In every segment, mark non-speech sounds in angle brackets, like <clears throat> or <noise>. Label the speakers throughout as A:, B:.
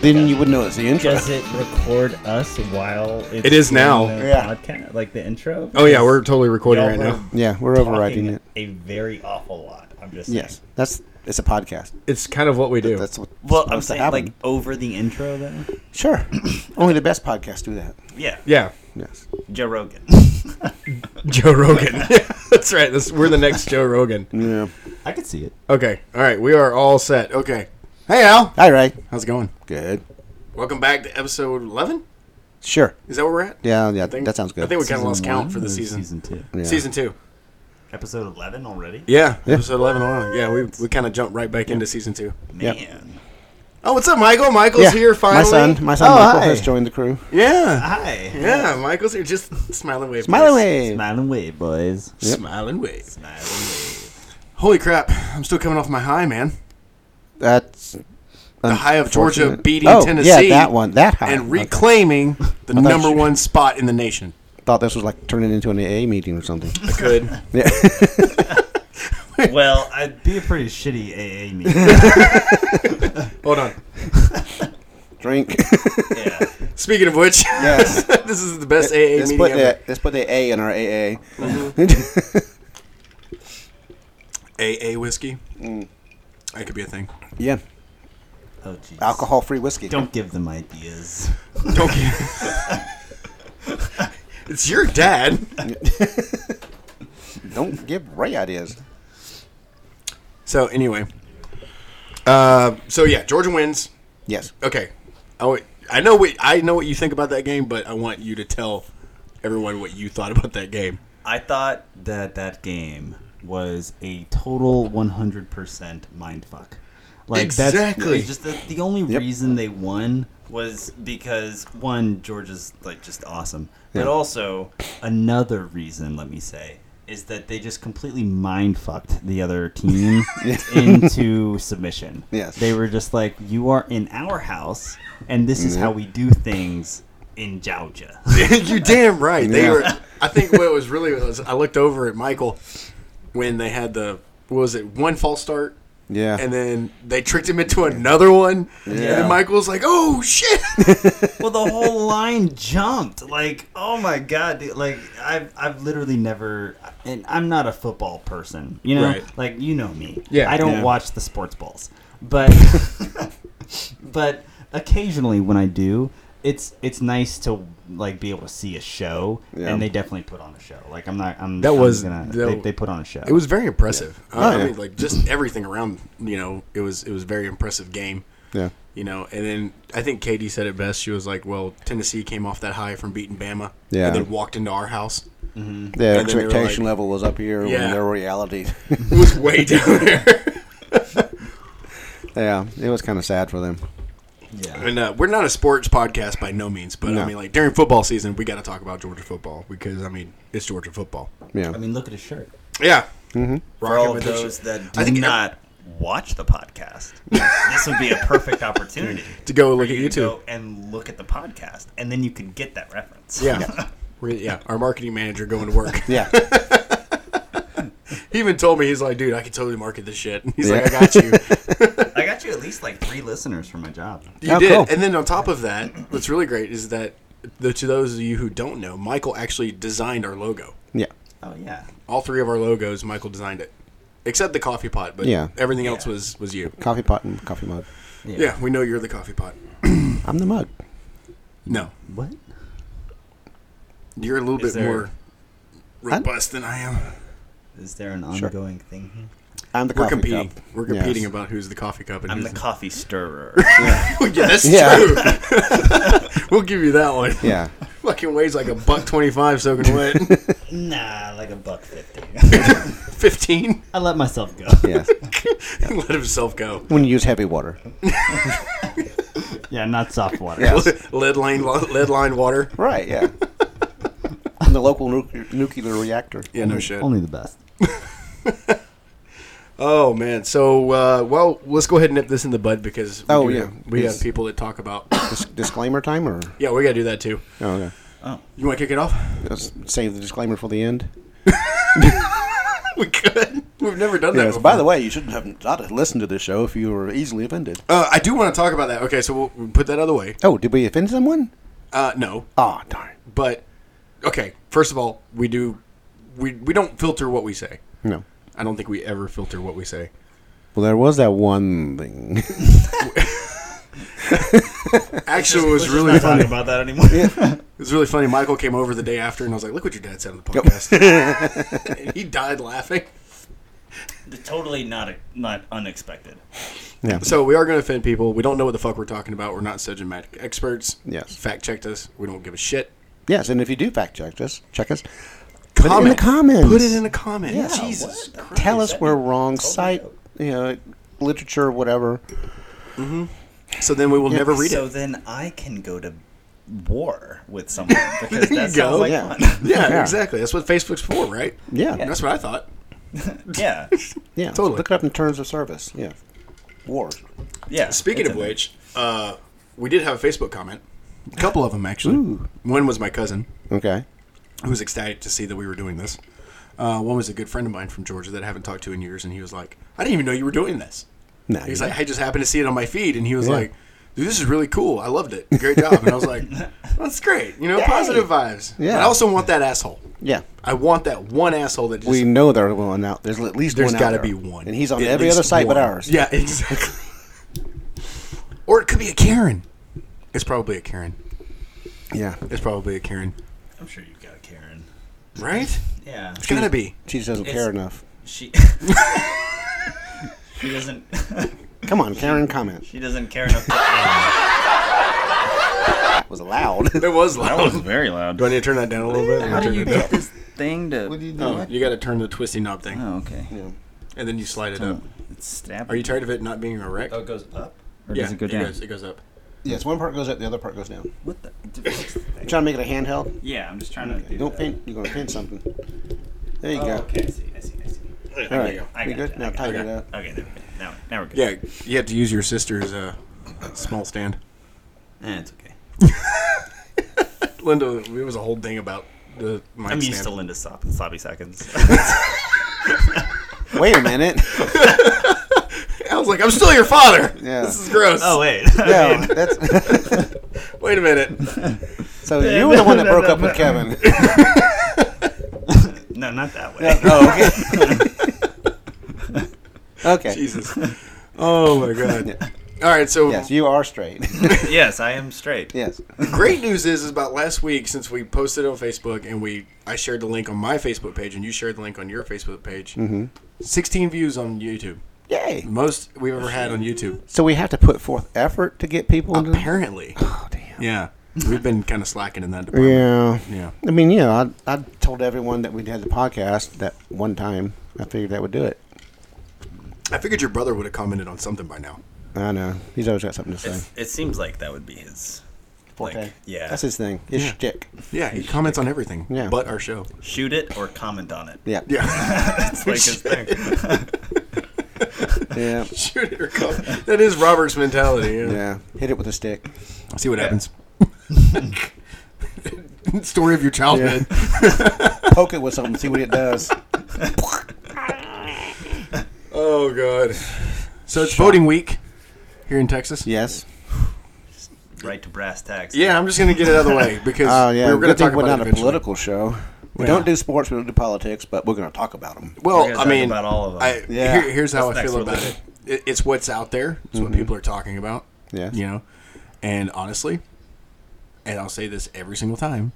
A: Then you would know it's the intro.
B: Does it record us while it's
C: It is
B: in
C: now.
B: the
A: Yeah.
B: Podcast, like the intro.
C: Oh yeah, we're totally recording
B: Y'all
C: right
B: were
C: now.
A: Yeah, we're
B: talking
A: overriding it.
B: A very awful lot. I'm just
A: Yes,
B: Saying.
A: that's it's a podcast.
C: It's kind of what we do.
A: That's what.
B: Well, I'm
A: supposed to
B: saying
A: happen.
B: like over the intro though. <clears throat>
A: sure. Only the best podcasts do that.
B: Yeah.
C: yeah,
A: Yes.
B: Joe Rogan.
C: Joe Rogan. <laughs> that's right. This, we're the next Joe Rogan.
A: Yeah.
D: I could see it.
C: Okay. All right. We are all set. Okay. Hey Al,
A: All right.
C: how's it going?
A: Good.
C: Welcome back to episode eleven.
A: Sure.
C: Is that where we're at?
A: Yeah. Yeah.
C: I think-
A: that sounds good.
C: I think we kind of
D: Season
C: lost count
D: one
C: for the
D: or
C: season. Season,
D: Season two.
A: Yeah.
C: two.
B: Episode 11 already.
C: Yeah, Episode eleven. On. Yeah, we we kind of jumped right back into season two.
A: Yep.
B: Man.
C: Oh, what's up, Michael? Michael's
A: Yeah,
C: here finally.
A: My son, my son
C: Oh,
A: Michael
C: hi.
A: has joined the crew.
C: Yeah.
B: Hi.
C: Yeah, Michael's here. Just smiling wave.
A: Smiley
C: please.
A: wave.
D: Smile and wave, boys.
C: Smiling wave.
B: Nice.
C: Holy crap! I'm still coming off my high, man.
A: That's
C: The high of Georgia
A: unfortunate.
C: beating
A: oh,
C: Tennessee.
A: Yeah, that one. That high. <laughs>
C: and reclaiming the
A: thought
C: number
A: you-
C: one spot in the nation.
A: I thought this was like turning into an AA meeting or
B: <laughs>
A: something.
C: I could.
A: Yeah. <laughs>
B: well, I'd be a pretty shitty AA meeting.
C: Hold on.
A: Drink.
B: yeah.
C: Speaking of which,
A: Yes.
C: <laughs> this is the best AA
A: let's
C: meeting
A: put
C: ever. Mm-hmm.
A: the let's put the A in our AA.
C: AA whiskey.
A: Mm.
C: That could be a thing.
A: <laughs> yeah.
B: Oh, jeez.
A: Alcohol free whiskey.
B: Don't give them ideas.
C: Don't get <laughs> It's your dad.
A: Don't give Ray ideas.
C: So anyway. Uh, so yeah, Georgia wins.
A: Yes.
C: Okay. Oh, I know what I know what you think about that game, but I want you to tell everyone what you thought about that game.
B: I thought that that game was a total 100% mindfuck. Like
C: Exactly.
B: That's, just the, the only
A: Yep.
B: reason they won was because one Georgia's like just awesome, but
A: Yeah.
B: also another reason, let me say, is that they just completely mind fucked the
A: <laughs>
B: other team into submission.
A: Yes.
B: They were just like, "You are in our house, and this is how we do things in Georgia." <laughs>
C: <laughs> You're damn right. They
A: Yeah.
C: were. I think what was really was I looked over at Michael when they had the what was it one false start,
A: Yeah.
C: and then they tricked him into another one, and
B: Yeah.
C: then Michael was like, "Oh
A: <laughs>
C: shit!"
B: Well, the whole line jumped. Like, oh my god, dude. Like, I've I've literally never, and I'm not a football person. You know,
C: Right.
B: like you know me.
C: Yeah.
B: I don't
C: Yeah.
B: watch the sports balls,
C: <laughs>
B: but but occasionally when I do, it's it's nice to like be able to see a show,
A: Yeah.
B: and they definitely put on a show. Like, I'm not. I'm
C: That
B: I'm
C: was-
B: gonna,
C: that
B: they,
C: wa-
B: they put on a show.
C: It was very impressive. Uh,
A: Oh, yeah.
C: I mean, like just everything around. You know, it was it was a very impressive game.
A: yeah.
C: You know, and then I think Katie said it best. She was like, "Well, Tennessee came off that high from beating Bama,
A: Yeah.
C: and then walked into our house.
A: The
C: they were
A: expectation
C: like-
A: level was up here when
C: Yeah.
A: their reality. <laughs>
C: It was way <laughs> down there."
A: yeah, it was kind of sad for them.
B: yeah.
C: And uh, we're not a sports podcast by no means, but
A: No.
C: I mean, like during football season, we got to talk about Georgia football because I mean, it's Georgia football.
A: Yeah.
B: I mean, look at his shirt.
C: Yeah,
A: Mm-hmm.
B: for all of
C: with the
B: those
C: shit.
B: that do
C: I think-
B: not watch the podcast, this would be a
C: <laughs>
B: perfect opportunity
C: to go
B: for
C: look at
B: you to
C: YouTube.
B: go and look at the podcast, and then you could get that reference.
C: Yeah, We're- yeah. Our marketing manager going to work.
A: <laughs> yeah.
C: he even told me he's like, dude, I can totally market this shit. <laughs> And He's
A: Yeah.
C: like, I got you.
B: <laughs> I got you at least like three listeners for my job.
C: <laughs> You
A: Oh,
C: did.
A: cool.
C: And then on top of that, what's really great is that the, to those of you who don't know, Michael actually designed our logo.
A: Yeah.
B: Oh yeah,
C: All three of our logos, Michael designed it, except the coffee pot. But
A: Yeah.
C: everything else
B: Yeah.
C: was was you.
A: Coffee pot and coffee mug.
C: Yeah, we know you're the coffee pot.
A: I'm the mug.
C: No,
B: What?
C: You're a little
B: Is
C: bit
B: there-
C: more robust than I am.
B: Is there an
A: Sure.
B: ongoing thing here?
A: I'm the
C: We're
A: coffee
C: competing.
A: cup.
C: We're
A: Yes.
C: competing about who's the coffee cup and
B: I'm the
C: <laughs> who's
B: coffee <laughs> stirrer.
C: the. yeah, that's
A: Yeah.
C: true.
A: <laughs>
C: <laughs> we'll give you that one.
A: Yeah.
C: <laughs> Fucking weighs like a buck twenty-five soaking wet.
A: <laughs>
B: nah, like a buck fifty. <laughs>
C: Fifteen.
B: I let myself go.
A: Yes.
C: He <laughs> Let himself go.
A: When you use heavy water.
B: <laughs> Yeah, not soft water. <laughs>
A: Yes.
C: <laughs> Lead line, lead line water.
A: right. Yeah. And the local nuclear, nuclear reactor.
C: Yeah, no shit.
B: Only the best.
C: Oh man. So, uh, well, let's go ahead and nip this in the bud because we
A: Oh,
C: do-
A: yeah.
C: we
A: Yes.
C: have people that talk about. <coughs>
A: Dis- disclaimer time or?
C: yeah, we gotta do that too.
A: Oh, okay.
B: Oh,
A: <laughs>
C: You want to kick it off?
A: Let's save the disclaimer for the end.
C: <laughs> we could. We've never done that.
A: Yes,
C: before.
A: by the way, you shouldn't have not have listened to this show if you were easily offended.
C: uh, I do want to talk about that. Okay, so we'll, we'll put that out of the way.
A: Oh, did we offend someone?
C: Uh, no,
A: Ah, darn.
C: but okay. First of all, we do. We we don't filter what we say.
A: No.
C: I don't think we ever filter what we say.
A: Well, there was that one
C: <laughs>
A: thing.
C: Actually, it was
B: We're
C: really
B: not
C: funny.
B: talking about that anymore. <laughs>
C: It was really funny. Michael came over the day after, and I was like, "Look what your dad said on the podcast."
A: <laughs>
C: and he died laughing.
B: totally not not unexpected.
A: yeah.
C: So we are going to offend people. We don't know what the fuck we're talking about. We're not subject matter experts.
A: Yes.
C: fact checked us. We don't give a shit.
A: Yes, and if you do fact check us, check us.
C: Comment.
A: Put it in the comments.
C: Put it in a comment.
A: Yeah,
C: Jesus.
A: what?
C: Christ.
A: Tell us we're wrong.
B: Totally
A: Cite,
B: out.
A: you know, literature, whatever.
C: So then we will never read
B: so
C: it.
B: then I can go to war with
C: <laughs>
B: someone because that sounds
C: go,
A: <laughs>
B: like
A: yeah.
B: fun. <laughs>
C: Yeah,
A: Yeah.
C: exactly. That's what Facebook's for, right?
A: Yeah.
C: And
A: Yeah.
C: That's what I thought. <laughs>
B: yeah,
A: So
C: Totally.
A: look it up in terms of service. Yeah. War.
B: yeah.
C: Speaking
B: it's
C: of
B: in there.
C: which, uh, we did have a Facebook comment. A couple of them, actually.
A: Ooh.
C: One was my cousin,
A: Okay.
C: who was ecstatic to see that we were doing this. Uh, one was a good friend of mine from Georgia that I haven't talked to in years, and he was like, I didn't even know you were doing this.
A: No.
C: He's
A: yeah.
C: like, I just happened to see it on my feed, and he was
A: Yeah.
C: like, Dude, this is really cool. I loved it. Great job. And I
A: <laughs>
C: was like, That's great. You know, positive vibes.
A: Yeah.
C: But I also want that asshole.
A: yeah.
C: I want that one asshole that just
A: We know there's one out. There's at least
C: There's
A: one out
C: got to
A: there.
C: be one.
A: and he's on
C: At
A: every
C: least
A: other site but
C: one.
A: ours.
C: Yeah, <laughs> exactly. or it could be a Karen. It's probably a Karen.
A: Yeah.
C: It's probably a Karen.
B: I'm sure you've got Karen.
C: Right?
B: Yeah,
C: It's got to be.
A: She just doesn't
B: It's-
A: care enough.
B: <laughs>
D: <laughs>
B: she. she doesn't.
A: Come on, Karen, comment.
B: She doesn't care enough. To,
A: That was loud.
C: It was loud.
B: very loud.
C: do I need to turn that down a little bit?
D: How do
C: Turn
D: you
C: it down.
D: get this thing to?
A: do you do?
C: Oh, you got to turn the twisty knob thing,
D: Oh, okay.
A: yeah.
C: and then you slide it up.
D: It's stabbing.
C: Are you tired of it not being erect?
B: Oh, it goes up.
D: or
C: yeah,
D: does it go down?
C: goes, it goes up.
A: Yes, one part goes up, the other part goes down.
D: What the? what's the thing?
A: Trying to make it a handheld.
B: Yeah, I'm just trying to. Do
A: Don't
B: that.
A: pin. You're gonna pin something. There you
B: Oh,
A: go.
B: okay, I see. I see. I see.
A: All
C: There you
A: right.
C: go.
B: I
A: We
B: got
A: good?
B: it,
A: Now
B: I got
A: tighten
C: it.
A: it up.
B: Okay, there we go. Now, now we're good.
C: Yeah, you have to use your sister's uh, small stand.
B: Eh, it's okay.
C: Linda, it was a whole thing about the mic
B: I'm
C: stand.
B: used to Linda slop-
A: <laughs>
B: sloppy seconds.
A: Wait a
B: <laughs>
A: minute.
C: I was like, I'm still your father.
A: Yeah.
C: This is gross.
B: oh wait.
A: <laughs> No, that's <laughs>
C: Wait a minute.
A: so you were the one that broke up with
B: <laughs>
A: Kevin.
B: no, not that way.
A: oh,
B: <laughs>
A: okay. okay.
C: Jesus. Oh my God.
A: <laughs>
C: All right, so
A: Yes, you are straight. <laughs>
B: yes, I am straight.
A: yes.
C: great news is, is about last week since we posted on Facebook and we I shared the link on my Facebook page and you shared the link on your Facebook page. Mm-hmm. Sixteen views on YouTube,
A: Yay.
C: most we've ever had on YouTube.
A: So we have to put forth effort to get people into.
C: Apparently,
A: Oh damn.
C: yeah, we've been kind of slacking in that department.
A: Yeah.
C: Yeah,
A: I mean, yeah, I, I told everyone that we'd had the podcast that one time. I figured that would do it.
C: I figured your brother would have commented on something by now.
A: I know. He's always got something to say.
B: It's, it seems like that would be his like,
A: Forte.
B: yeah.
A: That's his thing. His shtick.
C: Yeah, he comments on everything,
A: Yeah.
C: but our show.
B: shoot it or comment on it.
A: Yeah.
C: Yeah,
B: <laughs>
C: <laughs>
B: It's like his thing.
A: Yeah.
C: shoot it or come. That is Robert's mentality. Yeah, <laughs>
A: yeah. Hit it with a stick.
C: see what happens. <laughs> Story of your childhood.
A: Poke it with something. See what it does.
C: Oh god. So it's voting week here in Texas.
A: Yes.
B: right to brass tacks.
C: Yeah, I'm just gonna get it out of
A: <laughs>
C: the way because
A: Oh yeah.
C: we were gonna
A: Good thing
C: talk
A: we're
C: about
A: not
C: it
A: a
C: eventually.
A: political show. We
C: Yeah.
A: don't do sports. We don't do politics, but we're going to talk about them.
C: Well,
B: We're gonna
C: I
B: talk
C: mean,
B: about all of 'em.
C: I,
A: Yeah.
C: here- here's how
B: That's
C: I
B: next
C: feel
B: on the
C: about it.
B: list.
C: it. It's what's out there. It's
A: Mm-hmm.
C: what people are talking about.
A: Yes.
C: You know, and honestly, and I'll say this every single time,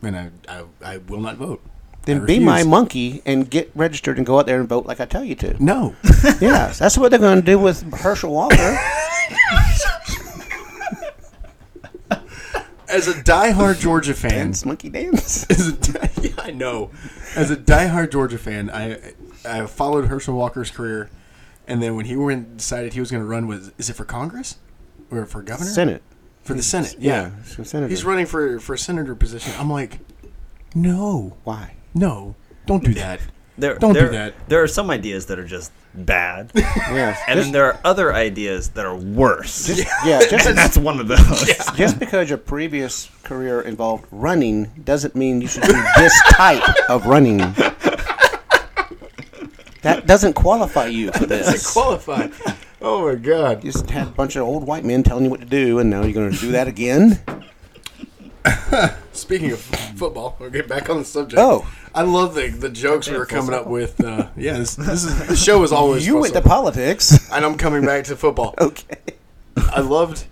C: and I I, I will not vote. I
A: Then be my
C: refuse.
A: monkey and get registered and go out there and vote like I tell you to. <laughs>
C: <laughs> No.
A: yes, that's what they're going to do with Herschel
C: <laughs>
A: Walker.
C: As a diehard Georgia fan,
A: It's monkey
C: <laughs>
A: dance.
C: as a die, yeah, I know. As a diehard Georgia fan, I I followed Herschel Walker's career, and then when he went decided he was going to run with is it for Congress or for governor
A: Senate.
C: for the Senate?
A: Yeah,
C: Yeah,
A: so senator.
C: he's running for for a senator position. I'm like, no,
A: Why?
C: no, don't do that.
B: There,
C: Don't do
B: there,
C: <laughs> that.
B: There are some ideas that are just
C: <laughs>
B: bad,
A: Yes.
B: and
A: just,
B: then there are other ideas that are
C: <laughs>
B: worse.
A: yeah,
B: and
A: just,
B: <laughs> that's one of those.
A: <laughs> just because your previous career involved running doesn't mean you should do this type of running. That doesn't qualify you for
C: Doesn't
A: this.
C: qualify. Oh my god.
A: You just had a bunch of old white men telling you what to do, and now you're going to do that again?
C: Speaking of football, we'll get back on the subject.
A: Oh.
C: I love the the jokes we were coming up with. Uh, yeah, this,
A: <laughs>
C: this is the show is always
A: you
C: full
A: went to
C: circle.
A: politics.
C: and I'm coming back to football.
A: <laughs> Okay.
C: I loved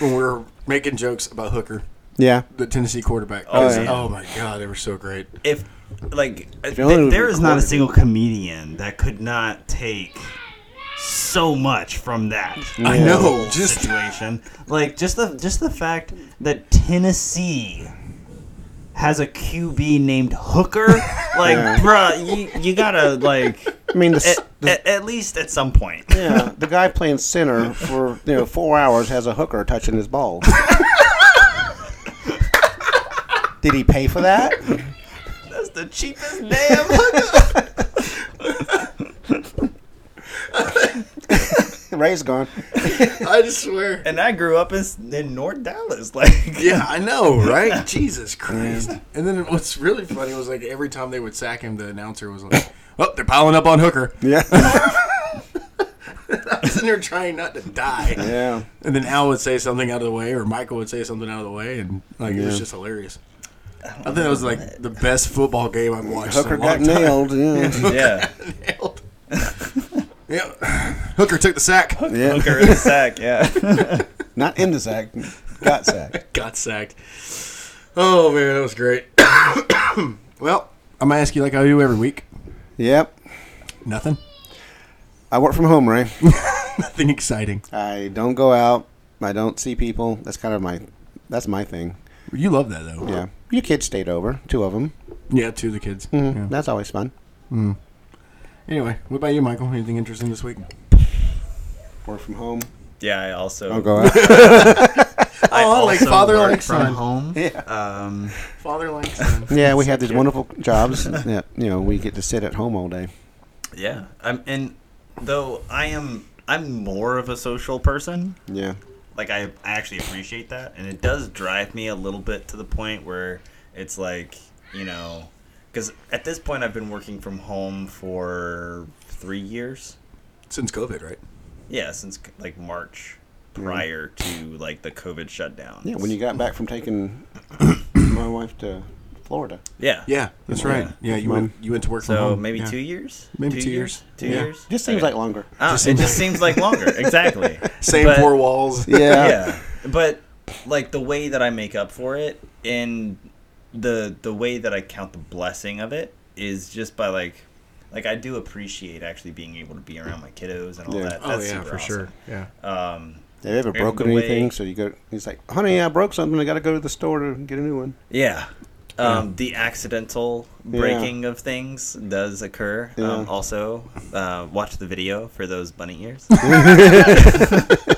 C: when we were making jokes about Hooker,
A: <laughs> Yeah.
C: the Tennessee quarterback.
A: Oh,
C: Oh,
A: yeah.
C: my god, they were so great.
B: if like th-
A: only we
B: there is not a
A: recorded
B: single comedian that could not take so much from that
C: I know.
B: whole
C: Just
B: situation like just the just the fact that Tennessee has a QB named Hooker like bruh you, you gotta like
A: I mean, the, s
B: at, at, at least at some point
A: Eh, yeah, the guy playing center for you know four hours has a hooker touching his ball. Did he pay for that? <laughs>
B: that's the cheapest damn hooker
A: Ray's gone.
C: I just swear.
B: <laughs> and I grew up in, s- in North Dallas like
C: Yeah, I know,
A: <laughs>
C: right? Jesus Christ. And then what's really funny was like every time they would sack him, the announcer was like, "Oh, they're piling up on Hooker." <laughs>
A: Yeah.
C: I was in there trying not to die.
A: Yeah.
C: And then Al would say something out of the way, or Michael would say something out of the way, and like it was just hilarious. I think that was like the best football game I've watched. in a
A: Hooker got
C: long time.
A: nailed. Yeah.
B: yeah
C: <laughs> Nailed. yeah. Hooker took the sack.
A: yeah.
B: Hooker in the sack yeah
A: <laughs>
B: <laughs>
A: Not in the sack. Got sacked.
C: Got sacked. Oh man, that was great. <coughs> well, I'm gonna ask you like I do every week.
A: Yep.
C: Nothing. <laughs>
A: I work from home, Ray.
C: Nothing exciting.
A: I don't go out. I don't see people. That's kind of my that's my thing.
C: You love that though.
A: Yeah. Your kids stayed over, two of them.
C: Yeah, to the kids.
B: Mm-hmm.
C: Yeah.
A: That's always fun.
C: Anyway, what about you, Michael? Anything interesting this week?
A: Work from home.
B: Yeah, I also.
A: I'll go out.
B: I
C: Oh, like father,
B: work
C: like
B: from
C: son.
B: home.
A: <laughs> Yeah.
B: Um,
C: Father <laughs> like son.
A: yeah, we have these wonderful jobs that you know we get to sit at home all day.
B: yeah. I'm and though I am I'm more of a social person.
A: Yeah.
B: Like I, I actually appreciate that, and it does drive me a little bit to the point where it's like you know, because at this point I've been working from home for three years.
C: Since COVID, right?
B: Yeah, since like March
C: Mm-hmm.
B: prior to like the COVID shutdown.
A: Yeah. When you got back from taking <coughs> my wife to Florida.
B: yeah
C: Yeah, that's
B: Yeah.
C: right. Yeah, you went you went to work from
B: So
C: home.
B: maybe
C: Yeah.
B: two years.
C: Maybe two years.
B: Two
C: Yeah.
B: years.
A: Just seems
B: Okay.
A: like longer.
B: Ah,
C: Just
B: it
C: seems
B: just seems like longer.
C: <laughs>
B: Exactly.
C: Same
B: But-
C: four
A: <laughs>
C: walls.
A: Yeah.
B: <laughs> Yeah, but like the way that I make up for it, and the the way that I count the blessing of it is just by like, like I do appreciate actually being able to be around my kiddos and all
A: Yeah.
B: that. That's
C: Oh yeah,
B: super
C: for sure.
B: awesome.
C: Yeah.
B: Um,
A: Have you ever
B: And
A: broken
B: the way-
A: anything? So you go. He's like, "Honey, I broke something. I got to go to the store to get a new one."
B: Yeah. Um, The accidental breaking of things does occur.
A: Yeah.
B: Um, also, uh, watch the video for those bunny
A: <laughs>
B: ears. <laughs>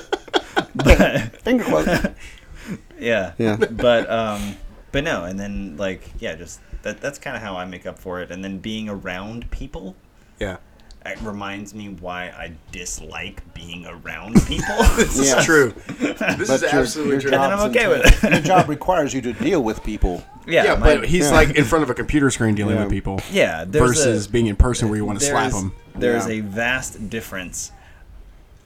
B: but,
A: Finger quote.
B: yeah.
A: Yeah.
B: <laughs> But um, but no, and then like yeah, just that that's kind of how I make up for it. And then being around people
C: Yeah.
B: it reminds me why I dislike being around people. <laughs>
C: This
A: Yeah.
C: is true. This is
A: your-
C: absolutely
A: your
C: true.
B: And then
A: job's
B: I'm okay
A: entailed-
B: with it.
A: Your job requires you to deal with people.
B: yeah,
C: yeah,
B: my-
C: but he's
A: yeah.
C: like in front of a computer screen dealing
A: Yeah.
C: with people.
B: yeah. There's a-
C: Versus being in person where you want to slap
B: there's-
C: them.
B: There's
A: Yeah.
B: a vast difference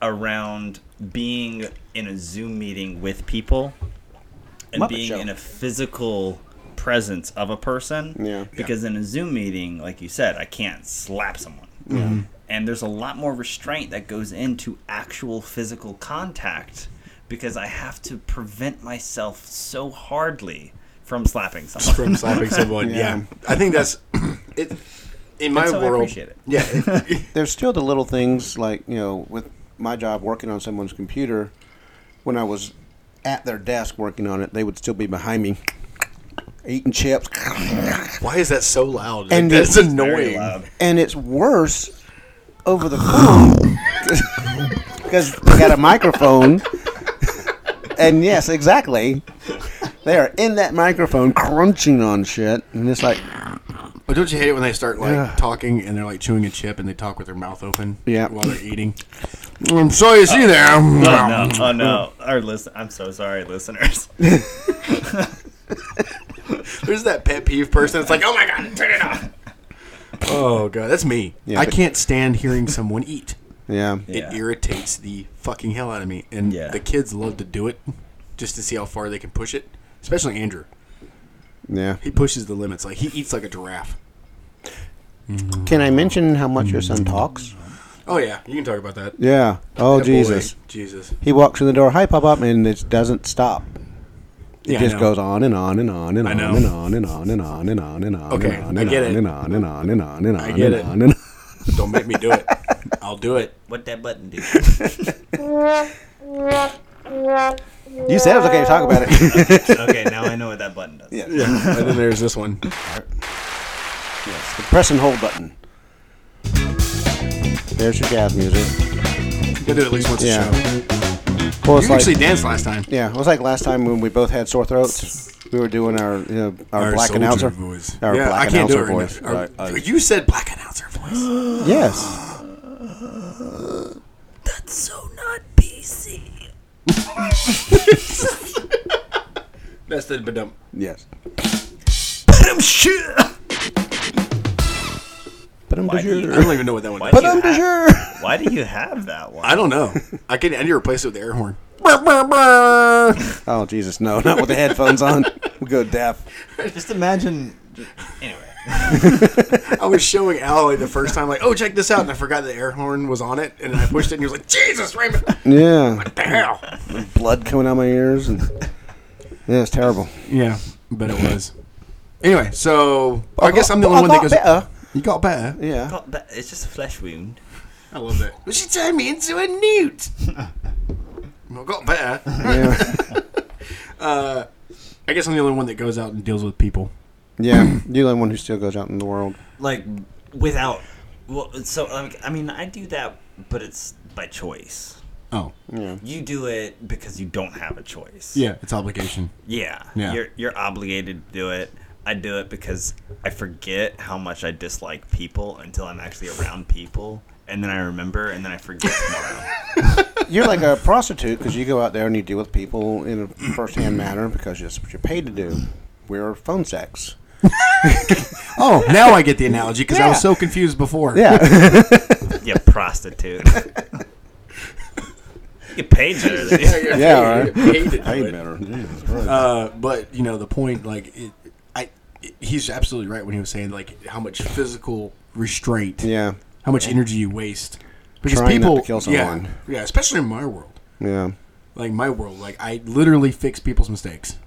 B: around being in a Zoom meeting with people and
A: Muppet
B: being
A: Show.
B: in a physical presence of a person.
A: Yeah.
B: Because in a Zoom meeting, like you said, I can't slap someone. And there's a lot more restraint that goes into actual physical contact because I have to prevent myself so hardly <laughs> from slapping someone.
C: from slapping someone.
A: Yeah.
C: Yeah. I think that's <clears throat> it. In my
B: And so I
C: world,
B: appreciate it.
C: yeah, it- <laughs>
A: there's still the little things like you know with my job working on someone's computer when i was at their desk working on it they would still be behind me eating chips
C: why is that so loud? Like,
A: And
C: that's
A: it's
C: annoying.
B: <laughs> Very loud.
A: and it's worse over the phone <laughs> because they got a microphone and yes exactly they are in that microphone crunching on shit and it's like
C: But don't you hate it when they start like
A: Yeah.
C: talking and they're like chewing a chip and they talk with their mouth open?
A: Yeah.
C: while they're eating. I'm sorry to see there.
B: Oh
C: <laughs>
B: no! Oh no! Our listen, I'm so sorry, listeners. <laughs>
C: There's that pet peeve person. It's like, oh my god, turn it off. Oh god, that's me.
A: Yeah,
C: I
A: but-
C: can't stand hearing someone eat.
A: Yeah.
B: Yeah.
C: It irritates the fucking hell out of me, and
B: Yeah.
C: the kids love to do it just to see how far they can push it. Especially Andrew,
A: Yeah.
C: he pushes the limits. Like he eats like a giraffe.
A: Can I mention how much your son talks?
C: Oh yeah, you can talk about that.
A: Yeah. Oh
C: That boy,
A: Jesus.
C: Jesus.
A: He walks in the door, hi pop up, and it doesn't stop. It
C: Yeah, I
A: just
C: know.
A: goes on and on and on and
C: I
A: on
C: know.
A: and on and on and on and on and on
C: Okay,
A: and on
C: I
A: and
C: get
A: on
C: it.
A: and on and on and on and on
C: get
A: and
C: it.
A: on and on.
C: Don't make me
A: <laughs>
C: do it. I'll do it.
B: What that button do? <laughs>
A: You said it was okay to talk about it. <laughs>
B: okay, now I know what that button does.
A: Yeah.
C: and then there's this one.
A: Yes, the press and hold button. There's your jazz music.
C: We do it at least once
A: Yeah.
C: a show.
A: Well,
C: You
A: it's like,
C: actually danced last time.
A: yeah, it was like last time when we both had sore throats. We were doing our you know, our, black
C: soldier
A: announcer
C: voice.
A: Our
C: yeah,
A: black
C: I can't do
A: announcer
C: it right
A: voice.
C: now. Our-
A: Right, uh,
C: you said black announcer
A: <gasps>
C: voice. <gasps>
A: yes.
B: So not PC.
C: That's the
A: <laughs>
C: dump.
A: Yes.
B: But I'm sure.
A: But I'm
B: Why do you-
C: I don't even know what that one.
B: Why
A: But
C: Does.
B: do you
A: I'm
B: have-
A: sure.
B: Why do you have that one?
C: I don't know. I can. I need to replace it with the
A: <laughs>
C: air horn.
A: Oh Jesus, no, not with the headphones <laughs> on. We go deaf.
B: Just imagine. Anyway.
C: I was showing Al like, the first time, like, oh, check this out, and I forgot the air horn was on it, and I pushed it, and he was like, Jesus, Raymond, what
A: Yeah.
C: the hell?
A: blood coming out of my ears and yeah, it's terrible.
C: Yeah, but it was. Anyway, so I guess I'm the only
A: I
C: one that
A: got
C: goes.
A: better.
C: You got better.
A: Yeah.
B: Not that- It's just a flesh wound.
C: I love that. But she turned me into a <laughs> newt. I got better. Uh,
A: Yeah.
C: I guess I'm the only one that goes out and deals with people.
A: yeah. You're the only one who still goes out in the world.
B: Like without. Well, so like, I mean, I do that, but it's by choice.
C: Oh,
B: You do it because you don't have a choice.
C: yeah, it's obligation.
B: Yeah.
C: Yeah.
B: You're you're obligated to do it. I do it because I forget how much I dislike people until I'm actually around people, and then I remember, and then I forget tomorrow.
A: You're like a prostitute because you go out there and you deal with people in a first-hand manner because that's what you're paid to do. We're phone sex.
C: Oh, now I get the analogy because I was
A: Yeah.
C: so confused before.
A: Yeah.
B: you
E: <laughs>
B: prostitute. you get paid better than
A: <laughs> <laughs>
B: you.
A: yeah. Right.
C: Paid to do
A: Paid
C: it.
A: better.
C: Uh, but you know the point, like, it, I, it- he's absolutely right when he was saying like how much physical restraint,
A: Yeah.
C: how much energy you waste because
A: Trying not
C: people
A: to kill someone.
C: yeah, yeah, especially in my world,
A: Yeah.
C: like my world, like I literally fix people's mistakes,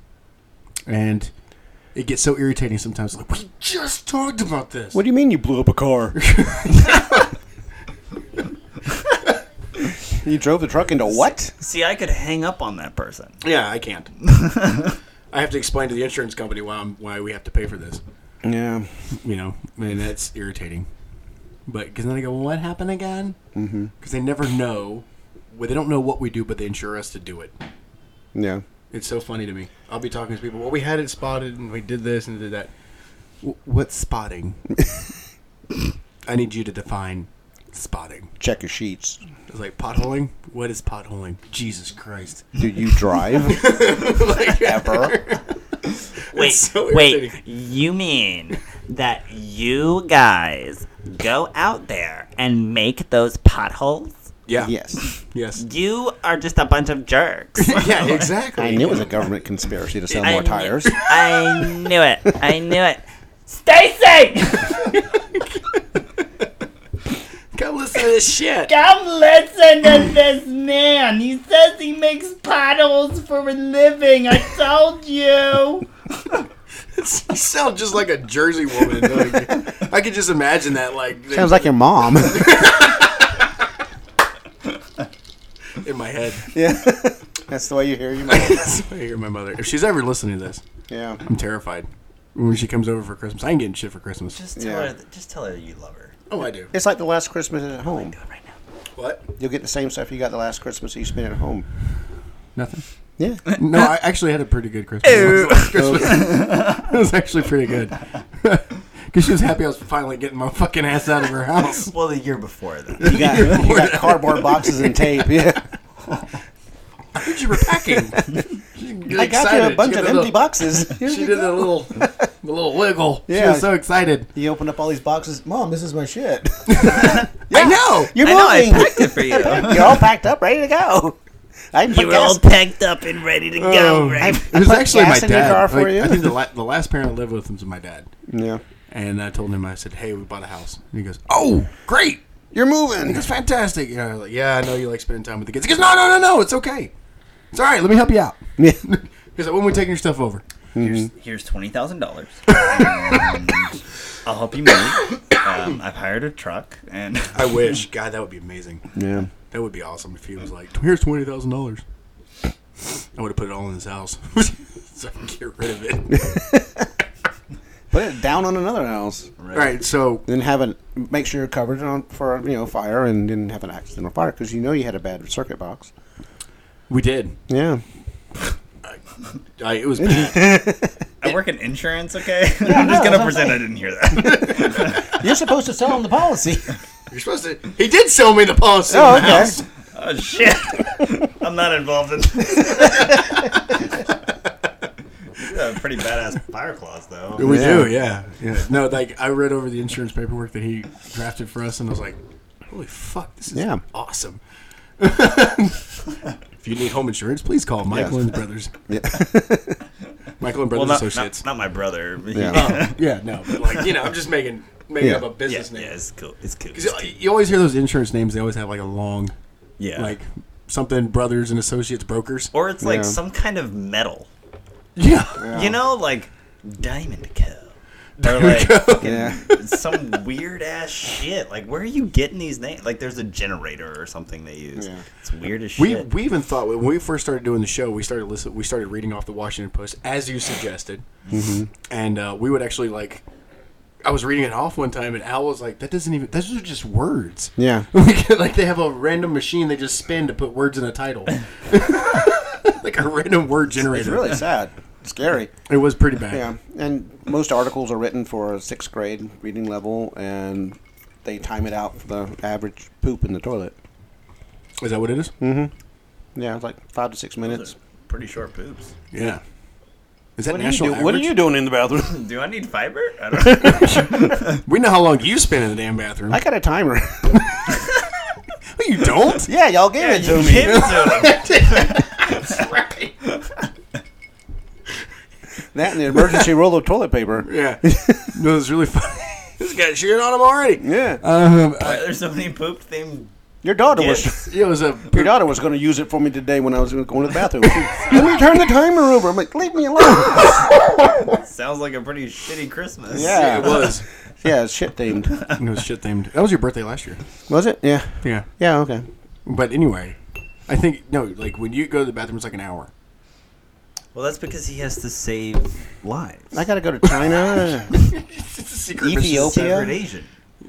C: and it gets so irritating sometimes. Like we just talked about this.
A: What do you mean you blew up a car? <laughs> you drove the truck into what?
B: See, I could hang up on that person.
C: yeah,
A: <laughs>
C: I can't. I have to explain to the insurance company why I'm, why we have to pay for this.
A: Yeah.
C: you know, and that's irritating. But because then they go, well, what happened again? Because they never know. Well, they don't know what we do, but they insure us to do it.
A: Yeah.
C: It's so funny to me. I'll be talking to people. Well, we had it spotted, and we did this and did that. W- what's <laughs> spotting? I need you to define spotting.
A: Check your sheets.
C: It's like potholing. What is potholing? Jesus Christ! <laughs>
A: Do you drive
C: like,
A: <laughs> ever?
B: Wait,
C: so
B: wait.
C: irritating.
B: You mean that you guys go out there and make those potholes?
C: yeah.
A: Yes.
C: Yes.
B: You are just a bunch of
E: <laughs>
B: jerks.
C: <laughs> yeah. Exactly.
A: I knew it was a government conspiracy to sell
B: I
A: more
B: kn-
A: tires.
B: I knew it. I knew
E: <laughs>
B: it. Stacy,
C: Come listen to this shit.
E: Come listen to this man. He says he makes potholes for a living. I told you.
C: <laughs> You sound just like a Jersey woman. Like, I could just imagine that. Like they-
A: Sounds like your mom.
C: <laughs> in my head.
A: yeah. That's the way you hear your mom.
C: That's what <laughs> I hear my mother. If she's ever listening to this,
A: Yeah.
C: I'm terrified. When she comes over for Christmas, I ain't getting shit for Christmas.
B: just
A: tell
B: tell
A: Yeah.
B: her. Just tell her you love her.
C: oh, I do.
A: It's like the last Christmas at home.
C: What?
A: You'll get the same stuff you got the last Christmas you spent at home.
C: Nothing.
A: Yeah.
C: No, I actually had a pretty good Christmas. <laughs> it was actually pretty good. <laughs> Because she was happy I was finally getting my fucking ass out of her
B: <laughs>
C: house.
B: Well, the year before
E: <laughs>
B: that.
A: You got, you
C: <laughs>
A: got cardboard boxes and tape. Yeah.
C: I heard you were packing. You're
A: I got you
C: excited.
A: a bunch
C: She
A: of
C: did
A: empty
C: a-
A: boxes. Here
C: <laughs> She
A: you
C: did
A: go.
C: a little, a little wiggle. She
A: Yeah.
C: was so excited.
A: You opened up all these boxes. Mom, this is my shit.
C: I know.
A: You're
B: I know I
A: moving.
B: packed it for
A: <laughs>
B: you.
A: You're all packed up, ready to go. I put
B: you were
A: gas-
B: all packed up and ready to go,
A: I, I
B: right?
C: It was
A: put
C: actually my
A: gas in your
C: dad.
A: car for
C: Like,
A: you.
C: I think the, la- the last parent I lived with was my dad,
A: yeah.
C: and I told him I said, "Hey, we bought a house." And he goes, "Oh, great!
A: You're moving.
C: That's fantastic." And I was like, "Yeah, I know you like spending time with the kids." He goes, "No, no, no, no. It's okay. It's all right. Let me help you out." <laughs>
A: Yeah.
C: He's like, "When we taking your stuff over?"
B: Here's, here's twenty thousand <laughs> dollars. I'll help you move. Um, I've hired a truck, and
C: I wish. God, that would be amazing.
A: yeah.
C: That would be awesome if he was like, "Here's twenty thousand dollars." I would have put it all in his house, <laughs> so I can get rid of it.
A: <laughs> Put it down on another house.
C: all right, so
A: Then have a make sure you're covered on for you know fire and didn't have an accidental fire because you know you had a bad circuit box.
C: we did.
A: Yeah.
C: I, it was bad.
B: I work in insurance. Okay, <laughs> I'm
A: no,
B: just gonna
A: that's
B: pretend I didn't hear <laughs> that.
A: You're supposed to sell them the policy.
C: You're supposed to. He did sell me the policy.
A: <laughs> Oh, <laughs>
C: in the
A: okay.
C: house.
B: Oh shit! I'm not involved in. this. <laughs> a pretty badass fire clause, though.
C: We
A: Yeah.
C: do, yeah. yeah. No, like I read over the insurance paperwork that he drafted for us, and I was like, "Holy fuck, this is
A: Yeah.
C: awesome." <laughs> if you need home insurance, please call Michael
A: Yes.
C: and Brothers.
A: Yeah.
C: <laughs> Michael and
B: Well,
C: Brothers
B: not,
C: Associates.
B: not, not my brother. but <laughs> he-
A: Yeah.
C: yeah, no, but like you know, I'm just making making
A: Yeah.
C: up a
B: yeah,
C: business
B: yeah,
C: name.
B: it's cool. It's cool.
C: 'Cause You, you always hear those insurance names; they always have like a long,
B: yeah,
C: like something Brothers and Associates Brokers.
B: or it's like
A: Yeah.
B: some kind of metal.
C: Yeah,
A: Oh.
B: You know, like Diamond Co. Or like
A: yeah.
B: <laughs> some weird ass shit. Like, where are you getting these names? Like, there's a generator or something they use.
A: Yeah.
B: It's weird as
C: We,
B: shit.
C: we even thought when we first started doing the show, we started listen, we started reading off the Washington Post as you suggested,
A: Mm-hmm.
C: and uh, we would actually like. I was reading it off one time, and Al was like, "That doesn't even. Those are just words. <laughs>
A: <laughs> Yeah.
C: like they have a random machine they just spin to put words in a title,
A: <laughs>
C: <laughs> like a random word generator.
A: It's really sad. Scary.
C: It was pretty bad.
A: Yeah, and most articles are written for a sixth grade reading level, and they time it out for the average poop in the toilet.
C: Is that what it is?
A: Hmm. Yeah, it's like five to six minutes.
B: Pretty short boobs.
C: Yeah. Is that
A: What are, you
C: national?
A: do- what are you
C: average?
A: doing in the bathroom?
B: Do I need fiber?
A: <laughs>
B: I don't know.
C: We know how long you spend in the damn bathroom.
A: I got a timer.
C: No, you
A: <laughs>
C: don't.
A: yeah, y'all gave it to
B: You
A: me.
B: give it to them.
A: <laughs> That and the emergency roll of toilet paper.
C: yeah. No, it's really funny. <laughs> this guy shit on him already.
A: Yeah,
C: Um,
B: Why are there so many poop themed
A: your daughter was.
B: gifts?
C: it was a
A: Your daughter was going to use it for me today when I was going to the bathroom. <laughs> Let me turn the timer over. I'm like, leave me alone.
B: <laughs> Sounds like a pretty shitty Christmas.
A: Yeah.
C: it was.
A: <laughs> yeah, it's shit themed.
C: It was shit themed. That was your birthday last year.
A: Was it? Yeah.
C: Yeah.
A: Yeah. Okay.
C: But anyway, I think no. Like when you go to the bathroom, it's like an hour.
B: Well, that's because he has to save lives.
A: I got to go to <laughs> China.
C: It's a secret.
A: Ethiopia.
B: Separate Asian.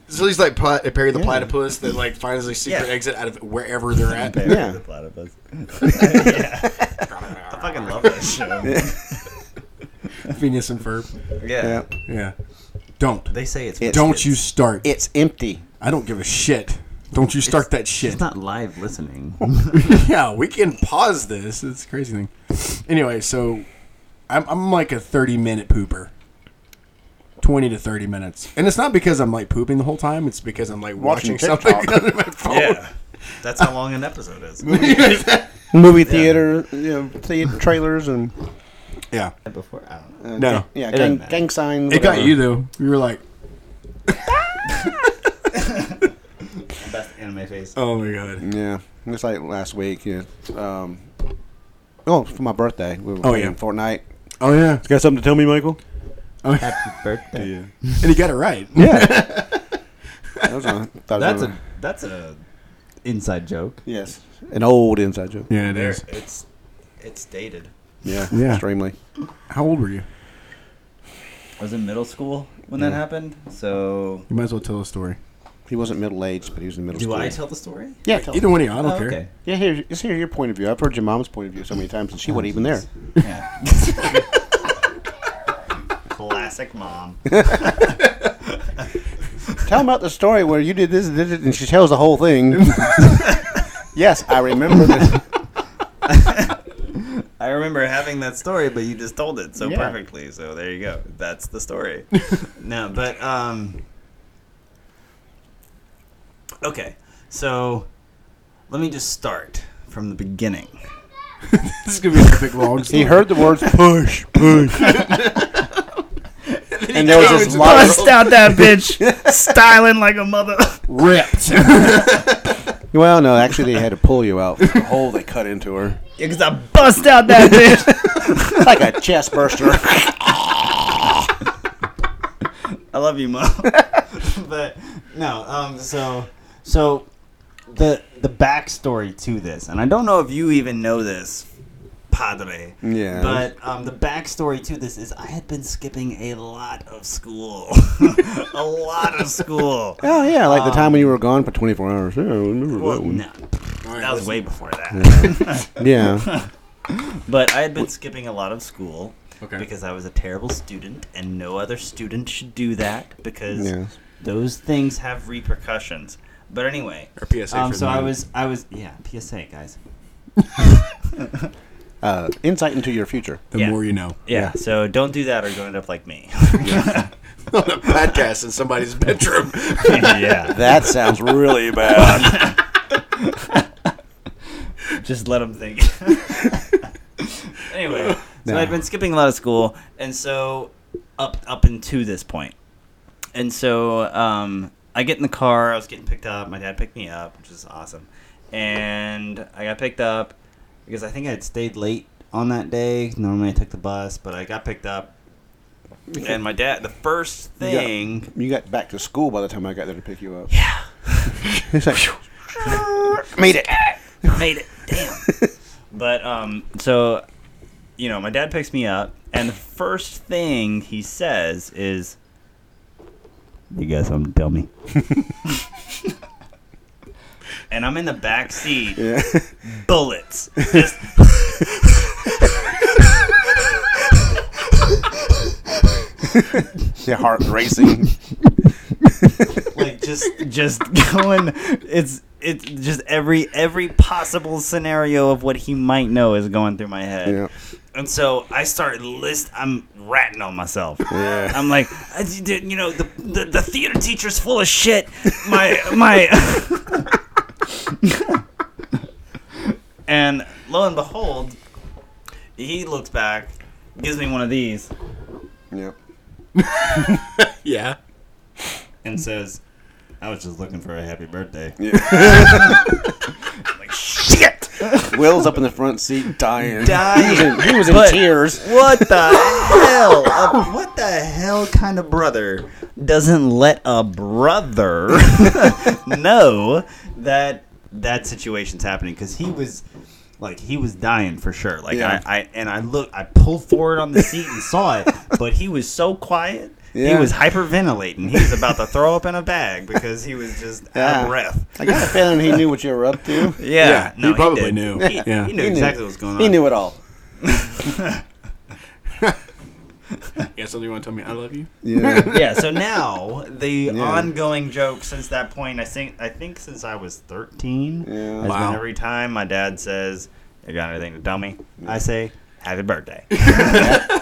C: So he's like pla- Perry the
A: Yeah.
C: platypus that like finds a secret
B: Yeah.
C: exit out of wherever they're
B: <laughs>
C: at.
A: Yeah.
B: The platypus. yeah. I fucking love that show. Yeah.
C: Venus and Ferb.
A: <laughs> Yeah.
C: Yeah. Don't.
B: They say it's.
A: It's-
C: Don't you start.
A: It's empty.
C: I don't give a shit. Don't you start that shit.
B: It's not live <laughs> listening.
C: <laughs> yeah, we can pause this. It's a crazy thing. Anyway, so I'm, I'm like a 30 minute pooper. 20 to 30 minutes. And it's not because I'm like pooping the whole time. It's because I'm like watching,
A: Watching
C: something <laughs>
A: TikTok.
C: on my phone.
B: yeah. That's how long an episode is.
A: movie theater, you know, theater trailers and
C: <laughs> Yeah.
B: Before, I don't know.
A: uh,
C: No.
A: yeah,
B: It doesn't
A: gang,
B: matter.
A: gang signs.
C: It got
A: whatever.
C: you, though. You were like,
B: Best anime face.
C: oh my God.
A: Yeah, it's like last week. Yeah. Um, oh, for my birthday, we were
C: Oh,
A: playing
C: yeah.
A: Fortnite.
C: Oh, yeah.
A: Got something to tell me, Michael?
B: Happy birthday.
A: Yeah,
C: And he got it right.
A: yeah. that was a, <laughs> that was
B: That's a that's a inside joke.
A: yes, an old inside joke.
C: <laughs> Yeah, it
B: There,
C: is.
B: it's it's dated.
A: Yeah,
C: Yeah.
A: extremely.
C: How old were you?
B: I was in middle school when that happened. So
C: You might as well tell a story.
A: He wasn't middle aged, but he was in middle
B: do
A: school.
B: I tell the story?
A: yeah, tell
C: Either one of you. I don't
B: Oh,
C: care.
B: okay.
A: yeah. Here, just hear your point of view. I've heard your mom's point of view so many times, and she wasn't even <laughs> there.
B: Oh, Yeah. Classic mom.
A: Tell him about the story where you did this and did it, and she tells the whole <laughs> thing. yes, I remember this.
B: I remember having that story, but you just told it so
E: Yeah.
B: perfectly. So there you go. That's the
E: <laughs>
B: story. no, but um, okay. So let me just start from the beginning.
C: This is gonna be a big long <laughs>
A: He
C: story.
A: heard the <laughs> words push,
C: <laughs>
A: push. and there was <laughs> this lot
E: Bust out that bitch, styling like a mother.
C: ripped.
A: Well, no, actually, they had to pull you <laughs> out from the hole they cut into her.
B: Because I
E: Bust out that bitch.
A: Like a chest burster.
B: I love you,
C: <laughs>
B: mom. <laughs> but no, um, so so the the backstory to this, and I don't know if you even know this, Padre.
A: Yeah.
B: But um, the backstory to this is I had been skipping a lot of school, <laughs> a lot of school.
A: <laughs> Oh, yeah, like the time when you were gone for 24 hours. Yeah, I remember
B: Well,
A: that one.
B: no, that was way before that.
A: Yeah.
B: <laughs> But I had been skipping a lot of school
C: Okay.
B: because I was a terrible student, and no other student should do that because
A: Yes.
B: those things have repercussions. But anyway,
C: Or PSA
B: um,
C: for
B: so
C: the
B: I
C: moment.
B: was, I was, yeah, PSA guys.
A: <laughs> Uh, insight into your future.
C: The
B: Yeah.
C: more you know.
B: Yeah, so don't do that or you'll end up like <laughs> me.
C: <laughs> On a podcast in somebody's bedroom.
B: yeah,
A: That sounds really bad.
B: just let them <laughs> think. anyway, so
A: No.
B: I'd been skipping a lot of school, and so up up into this point, and so um, I get in the car. I was getting picked up. My dad picked me up, which is awesome, and I got picked up because I think I had stayed late on that day. Normally I took the bus, but I got picked up, and my dad. The first
A: You got-
B: thing.
A: You got back to school by the time I got there to pick you up.
B: Yeah.
A: <laughs> It's like, <laughs> made it.
B: made it. Damn. <laughs> but um, so you know, my dad picks me up, and the first thing he says is, "You got something to tell me?" and I'm in the back seat,
A: Yeah.
B: bullets. Just
A: Your heart racing.
B: like just just <laughs> going it's it's just every every possible scenario of what he might know is going through my head
A: Yeah.
B: and so i start list i'm ratting on myself
A: Yeah.
B: i'm like I d- d- you know the, the the theater teacher's full of shit my <laughs> my and lo and behold he looks back gives me one of these
A: Yeah.
C: yeah.
B: and says i was just looking for a happy birthday
A: yeah.
B: <laughs> like shit
A: Will's up in the front seat dying.
B: Dying.
A: He was in, he was in
B: But-
A: tears.
B: What the hell? A- what the hell kind of brother doesn't let a brother <laughs> know that that situation's happening? Because he was like he was dying for sure. Like
A: Yeah.
B: I, I and I look, I pulled forward on the seat and saw it, but he was so quiet. He
A: Yeah.
B: was hyperventilating. He was about to throw up in a bag because he was just out
A: Yeah.
B: of breath.
A: I got a feeling he knew what you were up to.
B: Yeah,
C: Yeah, he probably
B: did.
C: knew.
B: He,
C: Yeah.
B: he knew
A: He knew.
B: exactly what was going on.
A: He knew it all.
C: Yeah, so do you want to tell me I love you?
A: <laughs> Yeah.
B: yeah. So now
A: <laughs>
B: the ongoing joke since that point, I think, I think since I was thirteen,
A: Yeah.
B: has
C: Wow.
B: been every time my dad says, "You got anything to tell me?" I say,
A: <laughs>
B: "Happy birthday."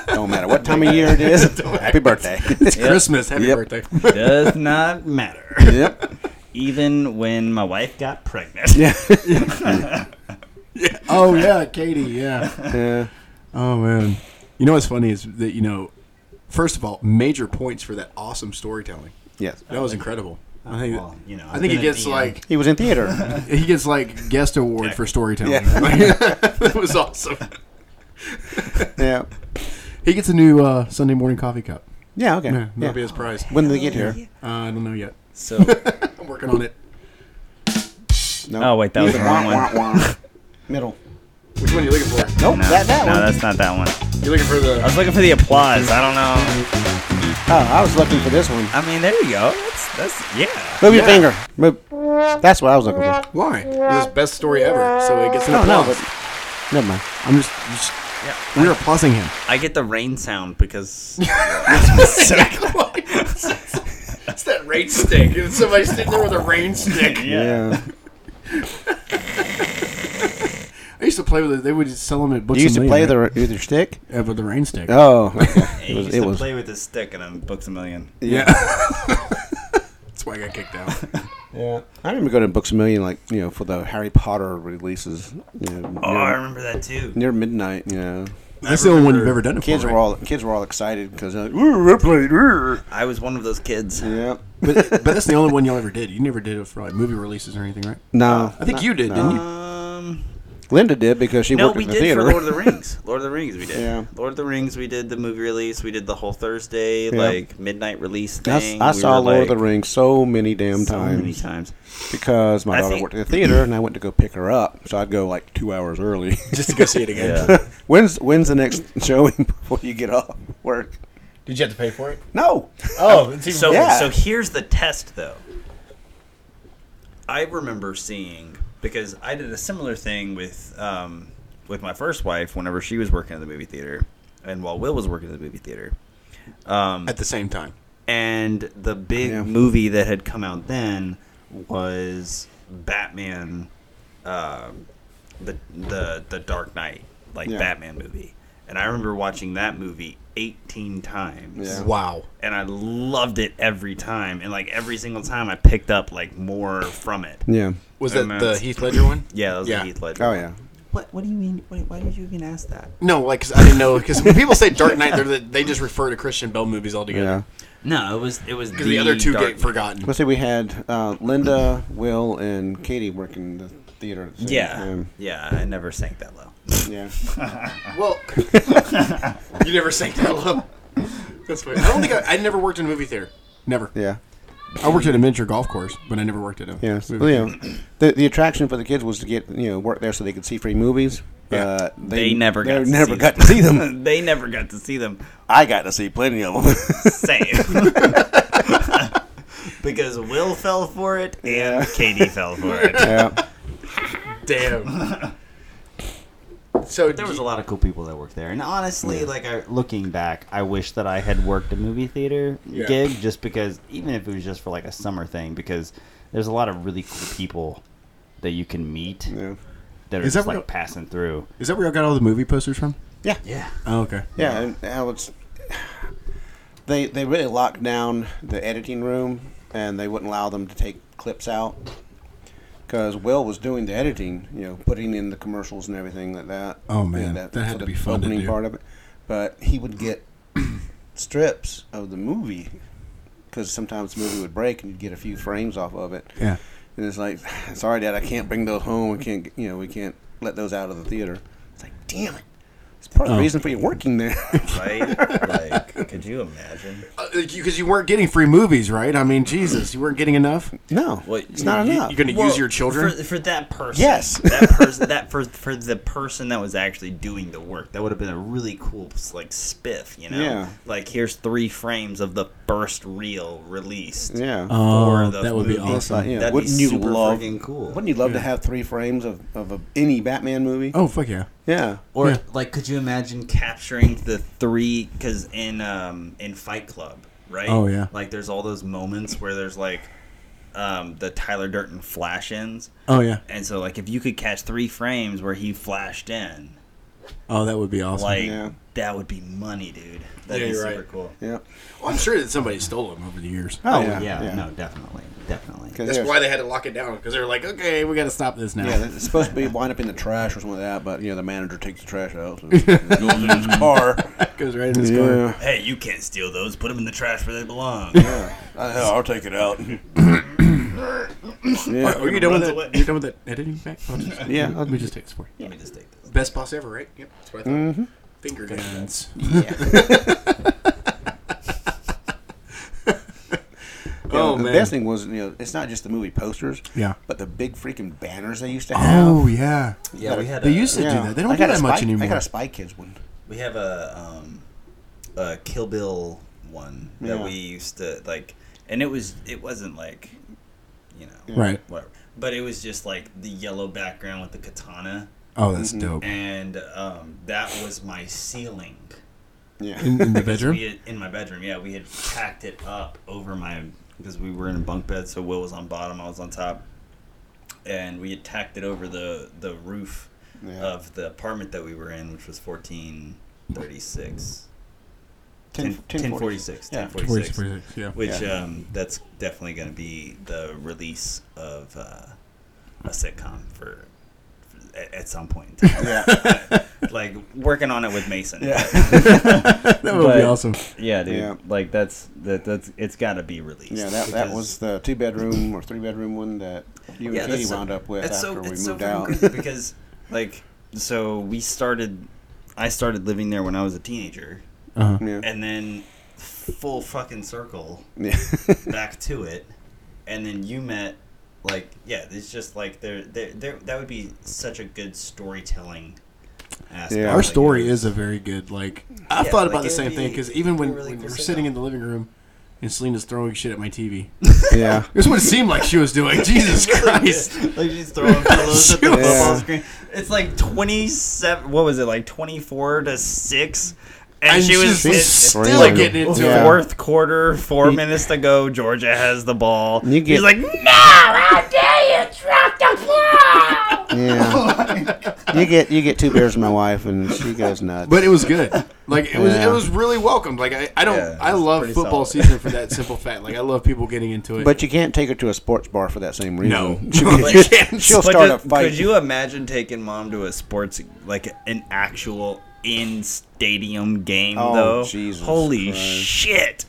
A: Don't matter what time of year it <laughs> is. Happy birthday.
C: Christmas. Happy
A: Yep.
C: birthday.
B: <laughs> Does not matter.
A: yep.
B: Even when my wife got pregnant.
A: Yeah.
C: oh, yeah, Katie, yeah.
A: Yeah.
C: Oh man, you know what's funny is that you know, first of all, major points for that awesome storytelling.
A: Yes.
C: That was incredible. I think,
B: Well, you know,
C: I think he
B: I've been a
C: gets
B: DM.
C: like
A: He was in <laughs> theater.
C: he gets like guest award for storytelling. <laughs>
A: Yeah.
C: that was awesome.
A: yeah.
C: He gets a new uh, Sunday morning coffee cup.
A: Yeah, okay.
C: Yeah, that'll
A: Yeah.
C: be his prize. Uh,
A: When did they get here?
C: I don't know yet.
B: So,
C: I'm working on it.
A: No.
B: oh wait, that was the wrong one.
A: <laughs> Middle.
C: Which one are you looking for?
A: Nope,
B: No,
A: <laughs> that, that
B: no,
A: one.
B: that's not that one.
C: You're looking for
B: I
C: the.
B: was looking for the applause. I don't know.
A: Oh, I was looking for this one.
B: I mean, there you go. That's that's yeah.
A: Move your finger. Move. That's what I was looking for.
C: Why? It was best story ever. So it gets an
A: No, no,
C: applause.
A: but never mind.
C: I'm just, just
B: Yeah.
C: we're applauding him.
B: I get the rain sound
A: <laughs>
B: because
C: <laughs>
B: <laughs>
C: It's that rain stick. It's somebody sitting there with a rain stick.
A: Yeah.
C: I used used to play with it. They would sell them at Books
A: You used
C: a
A: to play
C: Million,
A: with the with your stick.
C: right? Yeah, with the rain stick.
A: Oh, <laughs> okay.
B: He
A: it was.
B: used
A: It
B: to
A: was
B: play with his stick and on Books a Million.
A: <laughs>
C: Yeah. That's why I got kicked out.
A: yeah. I remember going to Books a Million, like you know, for the Harry Potter releases. You know,
B: Oh, I
A: near,
B: remember that too.
A: near midnight, you know,
C: That's the only one you've ever done it
A: kids
C: for.
A: were all kids were all excited because like, ooh, I played. Ooh.
B: I was one of those kids.
A: Yeah.
C: but, but that's the only one y'all ever did. You never did it for like movie releases or anything, right?
A: No,
C: I think
A: not-
C: you did,
A: no.
C: didn't you?
B: Um,
A: Linda did because she
B: no,
A: worked
B: we
A: at the
B: did
A: theater.
B: for Lord of the
A: <laughs>
B: Rings. Lord of the Rings, we did.
A: Yeah.
B: Lord of the Rings, we did the movie release. We did the whole Thursday
A: Yeah.
B: like midnight release
A: <laughs> I s-
B: thing.
A: I
B: We
A: saw
B: were,
A: Lord of the
B: like,
A: Rings so many damn
B: so
A: times
B: many times.
A: because my
B: I
A: daughter
B: think-
A: worked at the theater and I went to go pick her up, so I'd go like two hours early. <laughs>
C: Just to go see it again.
A: when's when's the next <laughs> showing before you get off work?
F: Did you have to pay for it?
A: No,
F: Oh, it's even
B: So
A: Yeah.
B: so here's the test though. I remember seeing because I did a similar thing with um, with my first wife whenever she was working at the movie theater, and while Will was working at the movie theater. Um,
C: At the same time.
B: and the big
A: Yeah.
B: movie that had come out then was Batman, uh, the the the Dark Knight, like
A: Yeah.
B: Batman movie. And I remember watching that movie 18 times
A: Yeah.
C: Wow.
B: and I loved it every time. And like every single time, I picked up like more from it.
A: yeah,
C: Was
B: And
C: that the
B: that's-
C: Heath Ledger one?
B: Yeah, that was
C: Yeah.
B: the Heath Ledger.
A: oh yeah,
B: What What do you mean? Wait, why did you even ask that?
C: No, like 'cause I didn't know. Because when people say Dark Knight, they're the, they just refer to Christian Bell movies
A: yeah.
C: altogether.
B: No, it was it was
C: Because the, other two
B: Dark
C: get forgotten.
A: Let's see, we had uh, Linda, Will, and Katie working the theater. At the same
B: Yeah,
A: time.
B: yeah. I never sank that low. <laughs>
A: yeah.
C: Well, you never sank that low. That's weird. I don't think I, I never worked in a movie theater. Never.
A: Yeah,
C: I worked at a miniature golf course, but I never worked at a
A: yeah. So, you know, the the attraction for the kids was to get you know work there so they could see free movies.
C: Yeah.
A: Uh,
B: They never got to
A: never
B: see
A: got
B: them.
A: to see them.
C: <laughs>
B: they never got to see them.
A: I got to see plenty of them.
B: Same.
C: <laughs>
B: because Will fell for it and Katie fell for
A: <laughs>
B: it.
A: yeah,
C: <laughs> Damn. so
B: There was a lot of cool people that worked there, and honestly, like I,
D: Looking back, I wish that I had worked a movie theater
C: Yeah.
D: gig just because, even if it was just for like a summer thing, because there's a lot of really cool people that you can meet
A: yeah,
D: that are
C: Is that
D: just
C: what-
D: like passing through.
C: is that where y'all got all the movie posters from?
A: yeah.
D: Yeah.
C: Oh, okay.
A: Yeah, and how it's they they really locked down the editing room, and they wouldn't allow them to take clips out because Will was doing the editing, you know, putting in the commercials and everything like that.
C: Oh,
A: you know,
C: man. That had
A: for
C: to
A: the
C: be fun to
A: opening
C: do.
A: part of it, but he would get <clears throat> strips of the movie because sometimes the movie would break and you'd get a few frames off of it.
C: Yeah.
A: And it's like, <laughs> sorry, Dad, I can't bring those home. We can't, get- you know, we can't let those out of the theater. It's like, damn it. It's part of
C: Oh.
A: the reason for you working there. <laughs>
B: right? Like, could you imagine?
C: Because Uh, you, 'cause you weren't getting free movies, right? I mean, Jesus, you weren't getting enough.
A: no,
B: Well,
A: it's not
C: You,
A: enough.
C: are going to
B: Well,
C: use your children.
B: for, for that person.
A: Yes.
B: <laughs>
A: <laughs>
B: that person that for for the person that was actually doing the work. That would have been a really cool like spiff, you know.
A: Yeah.
B: Like here's three frames of the first reel released.
A: yeah.
C: oh,
B: for the
C: that would be
B: movie.
A: It's like,
C: awesome.
A: yeah,
B: That'd be
A: wouldn't you
B: super
A: love?
B: friggin' cool.
A: Wouldn't you love to have three frames of, of a, any Batman movie?
C: Oh, fuck yeah.
A: Yeah,
B: Or
C: Yeah.
B: like, could you imagine capturing the three? Because in um in Fight Club, right?
C: Oh, yeah.
B: Like there's all those moments where there's like, um the Tyler Durden flash ins.
C: Oh, yeah.
B: And so, like, if you could catch three frames where he flashed in,
C: Oh, that would be awesome.
B: like,
A: Yeah.
B: that would be money, dude. That'd
C: Yeah,
B: be
C: you're
B: super
C: right.
B: cool.
A: yeah.
C: Well, I'm sure that somebody stole them over the years.
A: Oh,
B: Yeah,
A: yeah,
B: no, definitely. Definitely.
A: 'Cause
C: That's
A: there's-
C: why they had to lock it down because they were like, okay, we got to stop this now.
A: Yeah,
C: <laughs>
A: it's supposed to be wind up in the trash or something like that, but you know the manager takes the trash out, so it goes in his car.
C: goes right in his car.
A: Yeah,
B: Hey, you can't steal those. Put them in the trash where they belong.
A: Uh, hell, I'll take it out.
C: Are,
A: yeah,
C: you done with
B: Runs
C: that?
B: away.
C: You done with that editing back? I'll just,
A: Yeah, I'll-
C: Let me just take this for you.
B: Let me just take
C: <laughs>
B: this.
C: Best boss ever, right? Yep, that's what I thought.
A: Mm-hmm.
C: Finger guns. oh
A: the
C: man.
A: best thing was you know it's not just the movie posters,
C: Yeah.
A: but the big freaking banners they used to have.
C: Oh yeah.
B: Yeah, we had
C: They
B: a,
C: used to do that. They don't
A: I
C: do
A: got a
C: that much
A: Spy-
C: anymore.
A: I got a Spy Kids one.
B: we have a um a Kill Bill one that
A: Yeah.
B: we used to like, and it was it wasn't like, you know,
C: Right.
B: whatever. But it was just like the yellow background with the katana,
C: Oh, that's
A: Mm-hmm.
C: dope.
B: and um, that was my ceiling.
A: Yeah,
C: In, in the
B: <laughs> Because
C: bedroom.
B: We had, in my bedroom, yeah, we had tacked it up over my because we were in a bunk bed, so Will was on bottom, I was on top, and we had tacked it over the the roof
A: Yeah.
B: of the apartment that we were in, which was 1436.
A: 10,
B: 1046.
A: Yeah.
B: 1046.
C: Yeah.
B: Which um, that's definitely going to be the release of uh, a sitcom for, for at, at some point.
A: <laughs>
B: in time. <laughs>
A: Yeah.
B: like working on it with Mason. <laughs>
A: Yeah.
C: That would be
B: But-
C: awesome.
B: Yeah, dude.
A: Yeah.
B: Like that's that that's it's got to be released.
A: Yeah, that, that
B: because-
A: was the two bedroom or three bedroom one that you and Katie wound up with after
B: it's so-
A: we
B: it's so
A: moved
B: freaking
A: out. <laughs>
B: crazy because like so we started I started living there when I was a teenager
C: Uh-huh.
A: yeah.
B: and then full fucking circle
A: Yeah. <laughs>
B: back to it and then you met like yeah it's just like there there there that would be such a good storytelling aspect.
A: Yeah.
C: Our
B: like,
C: story is a very good like.
B: Yeah,
C: I thought
B: like,
C: about the
B: it'd
C: same thing
B: be-
C: because even when,
B: it'd be really
C: when
B: cool
C: we're
B: sitcom.
C: sitting in the living room and Selena's throwing shit at my <laughs> TV,
A: yeah.
C: that's what it seemed like she
B: <laughs>
C: was doing. Jesus <laughs> Christ!
B: like she's throwing pillows
C: <laughs>
B: at the
C: Yeah.
B: football screen. It's like twenty seven. What was it? Like twenty four to six. And,
C: And
B: she was
C: she's
B: it-
C: still
B: like
C: getting into
A: it.
B: fourth quarter, four minutes to go. Georgia has the ball.
A: <laughs> You get-
B: He's like, no, how dare you drop the ball? <laughs> Oh
A: Yeah. you get you get two beers with my wife and she goes nuts.
C: But it was good. Like it was,
A: Yeah.
C: it was really welcomed. Like I, I don't,
B: Yeah,
C: I
B: it's
C: love
B: pretty
C: football
B: solid.
C: season for that simple fact. Like I love people getting into it.
A: <laughs> But you can't take her to a sports bar for that same reason.
C: No. <laughs>
A: She'll,
C: You can't.
A: she'll
B: But
A: start
B: could-
A: a fight.
B: Could you imagine taking mom to a sports like an actual in stadium game
A: Oh,
B: though?
A: Jesus
B: Holy
A: Christ.
B: shit!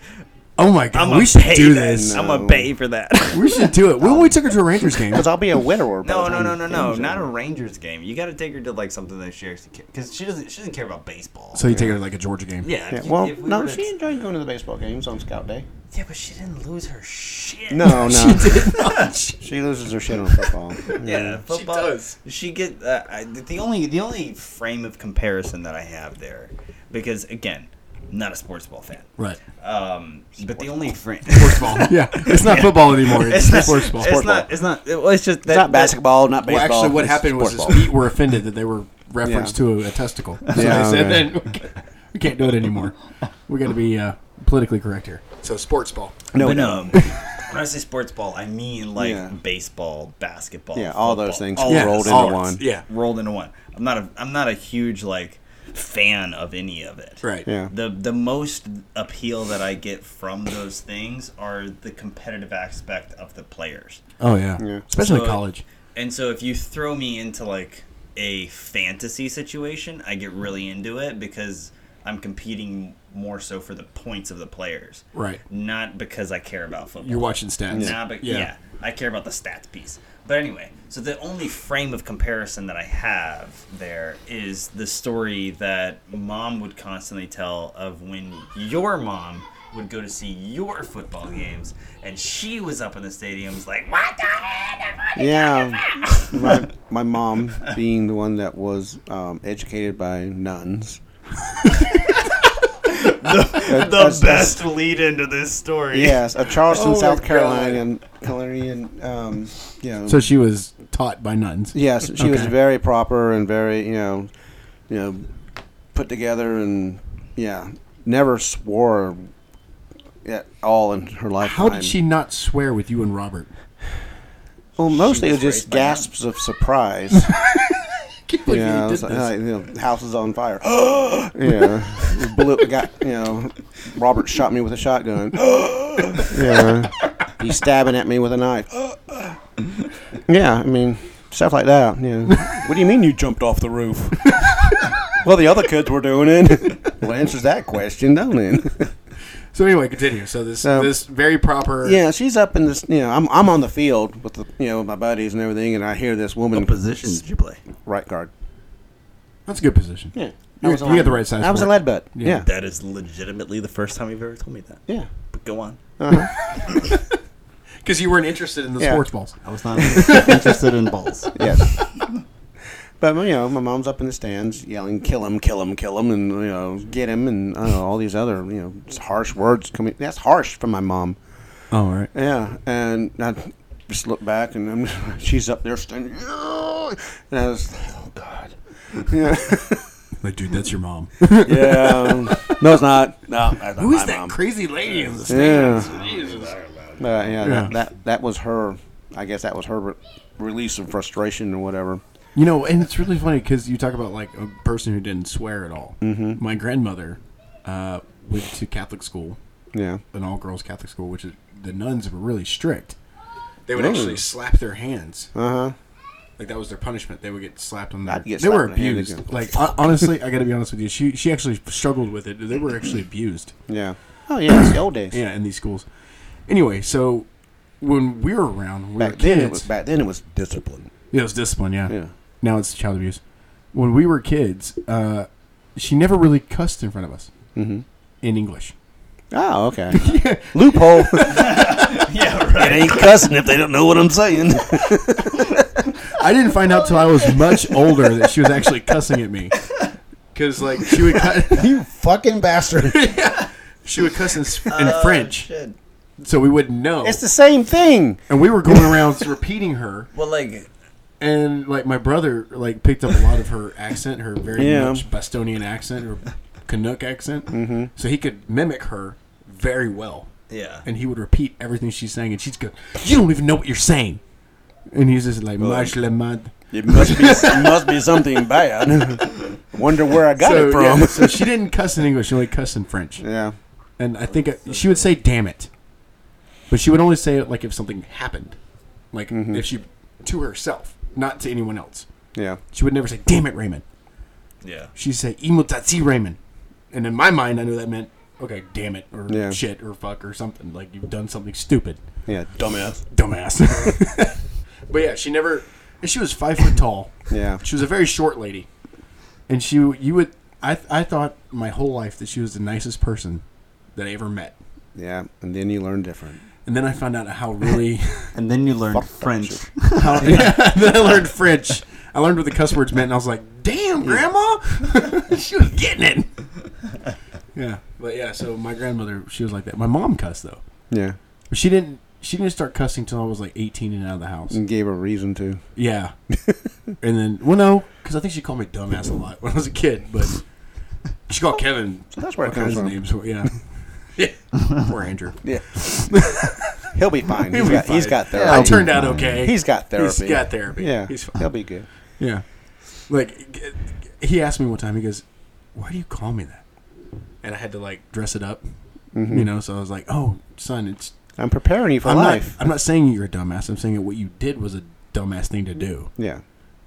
C: oh my god,
B: I'm
C: we
B: gonna
C: should
B: pay
C: do
B: that.
C: this.
B: I'm gonna
A: No.
B: pay for that. <laughs>
C: We should do it. When we took her to a Rangers game,
A: Because I'll be a widower. by
B: No,
A: the
B: no,
A: time
B: no,
A: the
B: no, no!
A: game's
B: Not a
A: over.
B: Rangers game. You got to take her to like something that she actually because she doesn't. She doesn't care about baseball.
C: so you take her to like a Georgia game.
B: yeah.
A: Yeah,
B: if you-
A: well,
B: if we
A: no,
B: would've-
A: she enjoyed going to the baseball games on Scout Day.
B: Yeah, but she didn't lose her
A: <laughs>
B: shit.
A: No, no. she,
C: Did not.
A: loses her shit on football.
B: <laughs>
A: Mm.
B: Yeah, football. She
C: does.
B: get uh, I, the only the only frame of comparison that I have there, because again, not a sports ball fan.
C: Right.
B: Um, but the only
A: <laughs>
B: frame. <laughs>
C: Yeah, <laughs> it's not football anymore. It's, sports ball.
B: It's not. It's not. Well, it's just that,
A: It's not basketball, not
C: Well,
A: baseball.
C: actually, what
A: it's
C: happened was his
A: sports ball.
C: feet were offended that they were referenced
A: Yeah.
C: to a, a testicle. So
A: Yeah,
C: they said,
A: okay.
C: then we can't, we can't do it anymore. We got to be uh, politically correct here. So sports ball.
A: No,
B: but,
A: no. <laughs>
B: um, when I say sports ball, I mean like
A: Yeah.
B: baseball, basketball,
A: Yeah, all those
B: football,
A: things
B: all
A: Yeah,
B: of
A: rolled
B: the
A: into
B: sports,
A: one.
C: Yeah.
B: rolled into one. I'm not a I'm not a huge like fan of any of it.
C: Right.
A: Yeah.
B: The the most appeal that I get from those things are the competitive aspect of the players.
C: Oh yeah.
A: Yeah.
C: Especially
B: So-
C: college.
B: And so if you throw me into like a fantasy situation, I get really into it because I'm competing more so for the points of the players.
C: Right.
B: Not because I care about football.
C: You're watching stats.
B: Nah, but yeah. I care about the stats piece. But anyway, so the only frame of comparison that I have there is the story that mom would constantly tell of when your mom would go to see your football games and she was up in the stadiums like, What the hell?
A: Yeah,
B: <laughs>
A: my, my mom being the one that was um, educated by
B: <laughs>
A: nuns. <laughs> the
B: The best lead into this story.
A: Yes, of Charleston,
B: Oh my
A: South
B: God.
A: Carolina, and Hillary, and um, you know.
C: So she was taught by nuns.
A: yes, she was
C: Okay.
A: very proper and very you know, you know, put together and yeah, never swore at all in her life.
C: How did she not swear with you and Robert? <laughs>
A: Well, mostly it was
B: was
A: just
B: raised by nuns.
A: gasps of surprise. <laughs>
C: Can't
A: you know, it's like, like, you know, house is on fire. <gasps> yeah, blew got you know. Robert shot me with a shotgun. <gasps> yeah, he's stabbing at me with a <gasps> knife. yeah, I mean stuff like that. Yeah. What do you mean you jumped off the roof? <laughs> well, the other kids were doing it. <laughs> well, answers that question, don't it? <laughs>
C: So anyway, continue. So this
A: So-
C: this very proper.
A: yeah, she's up in this. You know, I'm I'm on the field with the you know my buddies and everything, and I hear this woman
B: positions did you play?
A: right guard.
C: That's a good position.
A: Yeah.
C: You- you had the right size
A: I was
C: for
A: a
C: it.
A: lead butt.
C: Yeah.
A: Yeah.
B: That is legitimately the first time you've ever told me that.
A: Yeah.
B: But go on.
C: Because you weren't interested in the
A: Yeah.
C: sports balls.
D: I was not interested in balls.
A: Yes. <laughs> but you know, my mom's up in the stands yelling, "Kill him! Kill him! Kill him!" and you know, get him, and I don't know, all these other you know harsh words coming. That's harsh from my mom.
C: Oh, all right.
A: Yeah, and I just look back, and I'm, <laughs> she's up there standing, "Yeah," and I was, like, "Oh God." <laughs> Yeah.
C: Like, dude, that's your <laughs> mom.
A: yeah. No, it's not. No, that's not
C: Who is
A: my
C: that
A: mom.
C: crazy lady in the
A: Yeah.
C: stands? Jesus.
A: Uh, yeah,
C: Yeah.
A: That, that that was her. I guess that was her re- release of frustration or whatever.
C: You know, and it's really funny because you talk about like a person who didn't swear at all. Mm-hmm. My grandmother uh, went to Catholic school,
A: Yeah.
C: an all girls Catholic school, which is, the nuns were really strict. They would
A: Ooh.
C: actually slap their hands.
A: Uh huh.
C: Like that was their punishment. They would get slapped on that.
A: I'd get
C: They were
A: slapped in the hand
C: abused.
A: again.
C: Like hon- honestly, I got to be honest with you. She she actually struggled with it. They were actually abused.
A: Yeah. Oh yeah, it's the old days.
C: Yeah, in these schools. Anyway, so when we were around, we were
A: Back
C: kids.
A: then it was back then it was discipline.
C: Yeah, it was discipline. Yeah.
A: Yeah.
C: Now it's child abuse. When we were kids, uh, she never really cussed in front of us
A: Mm-hmm.
C: in English.
A: Oh, <laughs> okay. <laughs> Loophole.
B: <laughs> yeah, right.
A: it ain't cussing if they don't know what I'm saying.
C: I didn't find out till I was much older that she was actually cussing at me. Because like she would cu-
A: <laughs> you fucking bastard.
C: she would cuss in, s- in French, so we wouldn't know.
A: <laughs> Oh, It's the same thing.
C: and we were going around <laughs> repeating her,
B: Well, like,
C: and like my brother like picked up a lot of her accent, her very
A: Yeah.
C: much Bostonian accent or Canuck accent, mm-hmm. so he could mimic her very well.
B: yeah.
C: and he would repeat everything she's saying, and she'd go, "You don't even know what you're saying." And he's just like, "Marche le mad."
A: It must be must be something bad. <laughs> Wonder where I got
C: So,
A: it from.
C: yeah, so she didn't cuss in English; she only cussed in
A: <laughs>
C: French.
A: Yeah.
C: And I think I, she would say, "Damn it," but she would only say it like if something happened, like
A: Mm-hmm.
C: if she to herself, not to anyone else.
A: Yeah.
C: She would never say, "Damn it, Raymond."
B: Yeah.
C: She'd say, "Imotati, Raymond," and in my mind, I knew that meant, "Okay, damn it," or
A: Yeah.
C: "shit," or "fuck," or something like you've done something stupid.
A: Yeah. Dumbass.
C: dumbass. <laughs> but yeah, she never. And she was five foot tall.
A: Yeah.
C: She was a very short lady, and she you would I I thought my whole life that she was the nicest person that I ever met,
A: Yeah. And then you learn different.
C: and then I found out how really
D: And then you learned French.
C: <laughs> how then I learned French. I learned what the cuss words meant, and I was like, "Damn, grandma, <laughs> she was getting it." Yeah, but yeah. So my grandmother, she was like that. My mom cussed though.
A: Yeah.
C: But She didn't. She didn't start cussing until I was like 18 and out of the house.
A: And gave a reason to.
C: Yeah. and then, well, no, because I think she called me dumbass a lot when I was a kid, but she called Kevin
A: That's where it
C: all
A: comes
C: kinds
A: from.
C: of names. Yeah. <laughs> yeah. Poor Andrew.
A: Yeah. He'll be fine.
C: He'll
A: He's
C: be
A: got, he's
C: fine.
A: got therapy.
C: I turned out okay.
A: He's got therapy.
C: He's got therapy.
A: Yeah.
C: He's
A: He'll
C: fine.
A: be good.
C: Yeah. Like, g- g- he asked me one time, he goes, Why do you call me that? And I had to, like, dress it up, you know? So I was like, Oh, son, it's.
A: I'm preparing you Mm-hmm. for
C: I'm
A: <laughs>
C: not,
A: life.
C: I'm not saying you're a dumbass. I'm saying that what you did was a dumbass thing to do.
A: yeah.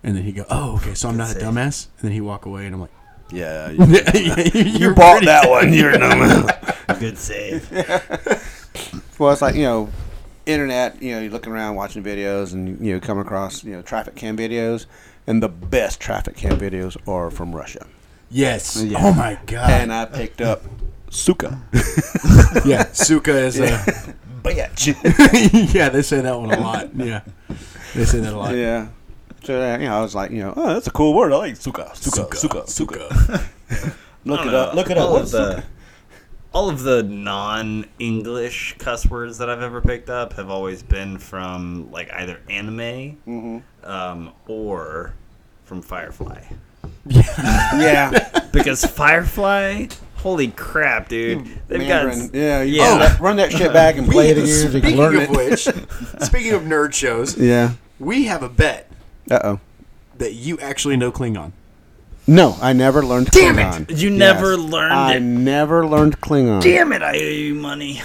C: And then he go, Oh, okay, so I'm not a dumbass. And then he walk
A: <laughs>
C: away, and I'm like,
A: Yeah.
C: <laughs> you
A: <laughs> one. You're no
B: Good save.
A: <laughs> Well, it's like you know, internet. You know, you're looking around, watching videos, and you know, come across you know traffic cam videos, and the best traffic cam videos are from Russia.
C: Yes.
A: Yeah.
C: Oh my god.
A: And I picked up Suka, <laughs>
C: yeah, Suka is a.
A: bitch.
C: <laughs> yeah, they say that one
A: <laughs>
C: a lot. Yeah, they say that a lot.
A: yeah. So uh, you know, I was like, you know, oh, that's a cool word. I like Suka, Suka, Suka, Suka. <laughs> Look it up. Look it up.
B: all
A: What's
B: Of
A: Suka?
B: the, all of the non-English cuss words that I've ever picked up have always been from like either anime
A: Mm-hmm.
B: um, or from Firefly.
A: <laughs> Yeah,
B: Because Firefly, holy crap, dude! <laughs> They've
A: Mm, Mandarin.
B: got
A: Yeah, you
B: Yeah.
A: Run, run that shit
B: <laughs>
A: back and play it again. so you can
C: Speaking
A: learn
C: of
A: it.
C: which, speaking of nerd
A: <laughs>
C: shows,
A: Yeah.
C: we have a bet
A: Uh oh.
C: that you actually know Klingon.
A: No, I never learned
C: Damn it!
A: Klingon.
B: you never learned
A: I
B: it.
A: never learned Klingon.
B: Damn it! I owe
A: <laughs>
B: you money.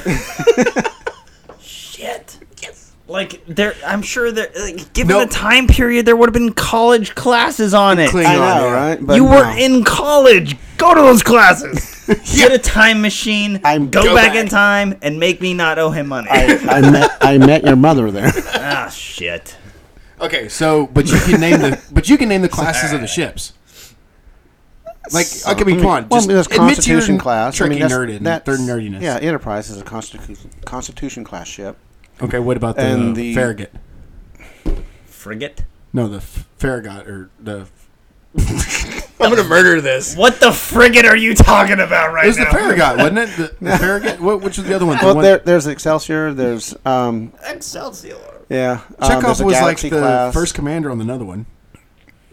B: Shit. Yes. Like there, I'm sure there. Like, given
C: Nope.
B: the time period, there would have been college classes on it.
A: I
C: Klingon,
A: know,
C: yeah.
A: right? But
B: you were
A: no.
B: in college. Go to
A: <laughs>
B: those classes. Get a time machine.
A: I'm-
B: go,
A: go
B: back,
A: back.
B: in time and make me not owe him money.
A: <laughs> I met I met your mother there.
B: <laughs> ah, shit.
C: Okay, so but you can name the but you can name the classes <laughs> of the ships. Like
A: <laughs>
C: okay, I mean, come on,
A: Well, I
C: just
A: mean, that's
C: admit to your
A: Constitution class. I
C: tricky
A: mean, that's,
C: nerd in-
A: that's-
C: third nerdiness.
A: Yeah, Enterprise is a Constitution Constitution class ship.
C: Okay, what about the,
A: And the-
C: Farragut?
B: Frigate.
C: No, the f- Farragut or the. <laughs> I'm gonna murder this.
B: What the frigate are you talking about right
C: It was the
B: now?
C: Farragut, wasn't it? The,
A: <laughs>
C: the Farragut. What, which was the other one? The
A: Well,
C: one-
A: there, there's Excelsior. There's um,
B: Excelsior.
A: yeah. um,
C: Chekhov
A: there's a
C: was like
A: Galaxy
C: the
A: class.
C: first commander on another one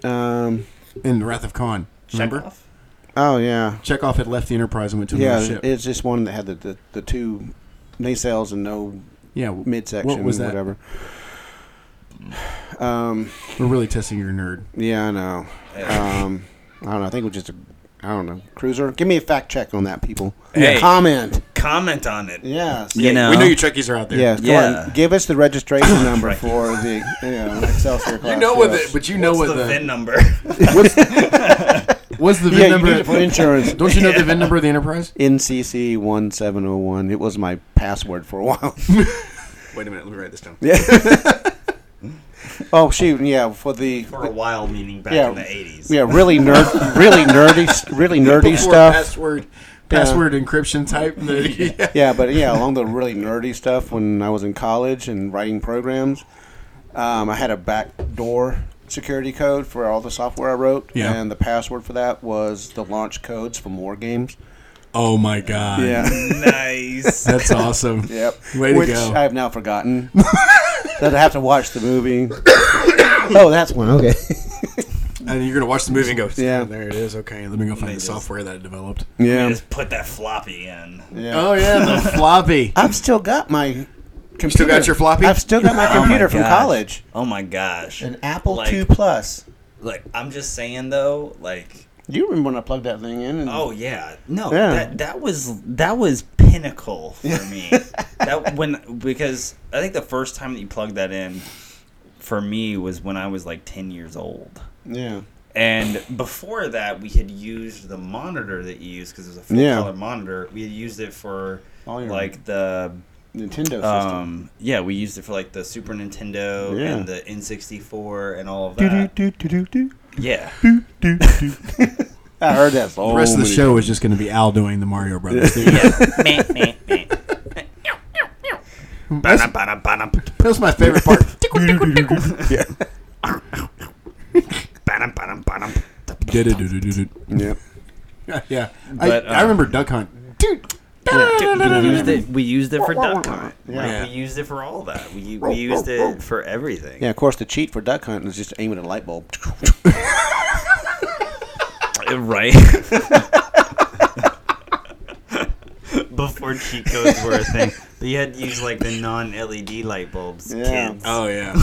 A: Um,
C: in the Wrath of Khan. Remember, Chekhov,
B: Chekhov?
A: oh yeah,
C: had left the Enterprise and went to another
A: yeah.
C: ship.
A: It's just one that had the the, the two nacelles and no
C: yeah, w-
A: midsection
C: What was
A: and
C: that?
A: whatever.
C: We're really testing your nerd.
A: Yeah, I know. Um, I don't know. I think we're just a, I don't know, cruiser. Give me a fact check on that, people.
B: Hey.
A: Comment.
B: Comment on it.
A: Yes.
B: You know.
C: We know you Trekkies are out there.
A: Yes. Come
B: Yeah.
A: on. Give us the registration
C: <coughs>
A: number for the you
C: <laughs>
A: know, Excelsior class.
C: You know what the,
A: yes.
C: but you know
B: What's
C: what
B: the,
C: the,
B: VIN number? <laughs>
C: what's the VIN
A: yeah, you
C: number?
A: need it for insurance. <laughs>
C: Don't you know the VIN number of the Enterprise?
A: NCC one seven zero one. It was my password for a while. <laughs>
C: Wait a minute, let me write this down.
A: oh shoot! Yeah, for the
B: For a while, meaning back
A: Yeah.
B: in the 80s.
A: yeah really nerd,
C: <laughs>
A: really nerdy, really nerdy
C: Before
A: stuff.
C: Password, password encryption type. Yeah.
A: <laughs> Yeah, but yeah, along the really nerdy stuff when I was in college and writing programs, um, I had a backdoor security code for all the software I wrote,
C: Yeah.
A: and the password for that was the launch codes from war games.
C: Oh my god.
A: <laughs>
B: Nice.
C: That's awesome.
A: Yep.
C: Way to
A: Which
C: go.
A: I have now forgotten. <laughs> that I have to watch the movie. <coughs> oh, that's one. Okay.
C: And you're gonna watch the movie and go,
A: Yeah.
C: yeah, there it is. Okay, let me go find the software that I developed.
A: Yeah.
B: Just put that floppy in.
A: yeah. <laughs>
C: Oh yeah, the floppy.
A: I've still got my computer.
C: Still got your floppy?
A: I've still got my
B: <laughs> Oh my
A: computer from
B: gosh.
A: college.
B: Oh my gosh.
A: An Apple
B: Like-
A: II Plus.
B: Like, I'm just saying though, like,
A: You remember when I plugged that thing in? And
B: oh yeah, no,
A: Yeah.
B: that that was that was pinnacle for
A: <laughs>
B: me. that when because I think the first time that you plugged that in for me was when I was like 10 years old.
A: Yeah.
B: And before that, we had used the monitor that you used because it was a full
A: Yeah.
B: color monitor. We had used it for
A: All your-
B: like the
A: Nintendo system.
B: um yeah, we used it for like the Super Nintendo
A: Yeah.
B: and the N64 and all of that.
A: <laughs>
B: Yeah,
A: I heard that. So
C: The rest of the
A: many-
C: show is just gonna be Al doing the Mario Brothers.
A: <laughs>
C: thing.
B: Meh, meh, meh.
C: That's,
B: Ba-da, ba-da,
C: that's my favorite
A: <laughs>
C: part. <laughs>
B: ba-da, ba-da, ba-da.
A: Yep.
C: yeah,
B: But,
C: I, I
B: um,
C: remember Duck Hunt. Dude,
B: We used it. We used it for Duck Hunt.
A: Yeah.
B: Like, we used it for all that. We, we used it for everything.
A: Yeah, of course, the cheat for duck hunting is just aim at a light bulb. <laughs>
B: Uh, Right. <laughs> Before cheat codes were a thing, but you had to use like the non-LED light bulbs,
A: Yeah.
B: kids.
C: Oh yeah.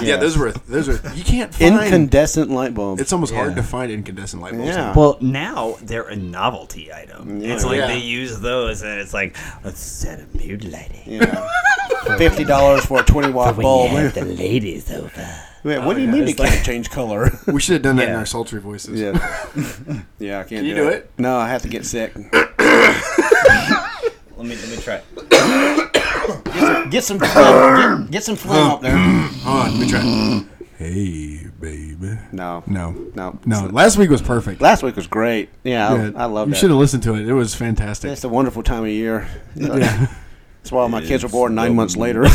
C: yeah, those were those were. You can't find.
A: Incandescent light bulb.
C: it's almost
B: Yeah.
C: hard to find incandescent light bulbs.
A: yeah.
B: Well, now they're a novelty item. It's like
C: Yeah.
B: they use those, and it's like a set of mood lighting.
A: yeah. Fifty dollars for a twenty watt bulb.
B: have the ladies over.
A: Man, what do you
C: Oh,
A: mean it can't change color?
C: We should have done that in
B: Yeah.
C: our sultry
A: <laughs>
C: voices.
A: yeah. Yeah, I can't. Can
C: you do it?
A: No, I have to get <coughs> sick.
B: Let me let me try.
A: Get some flame. Get, get some flame up there.
C: Hold on, let me try. Hey, baby.
A: No.
C: No,
A: No.
C: no. Last week was perfect.
A: Last week was great. Yeah,
C: Yeah,
A: I, I love
C: You
A: that.
C: should have listened to it. It was fantastic.
A: It's a wonderful time of year.
C: Yeah.
A: That's why my kids were born nine months later.
C: <laughs>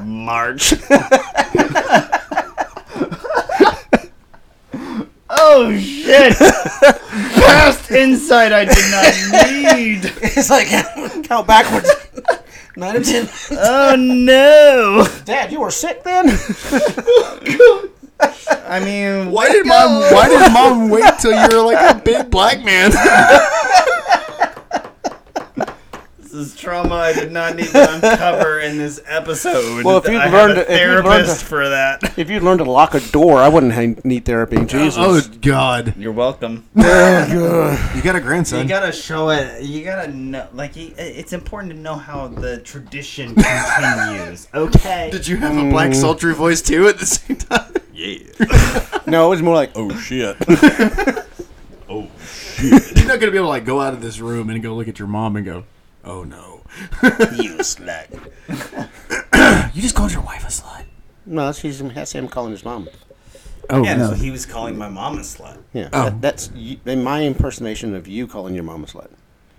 B: March.
E: Oh shit! Past insight I did not need.
A: <laughs> it's like count
E: <laughs>
A: backwards. Nine and ten.
E: Oh no!
A: Dad, you were sick then.
E: <laughs> I mean,
C: Why did mom? Why did mom wait till you were like a big black man?
B: This is trauma I did not need to uncover in this episode.
A: Well, if you'd
B: I had
A: learned-
B: a
A: if you'd learned
B: therapist
A: to-
B: for that.
A: If you learned to lock a door, I wouldn't ha- need therapy. Jesus.
C: oh God!
B: You're welcome.
C: You got a
B: You
C: grandson.
B: gotta show it. You gotta know. Like, you- it's important to know how the tradition continues. Okay.
C: did you have a black sultry voice too at the same time?
B: Yeah.
A: No, it was more like, oh shit.
C: You're not gonna be able to like go out of this room and go look at your mom and go, "Oh no,
B: <laughs> you slut.
C: you just called your wife a slut."
A: no, that's, he's, that's him calling his mom.
C: Oh
B: Yeah, no, he was calling my mom a slut.
A: Yeah,
C: Oh.
A: that, that's y in my impersonation of you calling your mom a slut.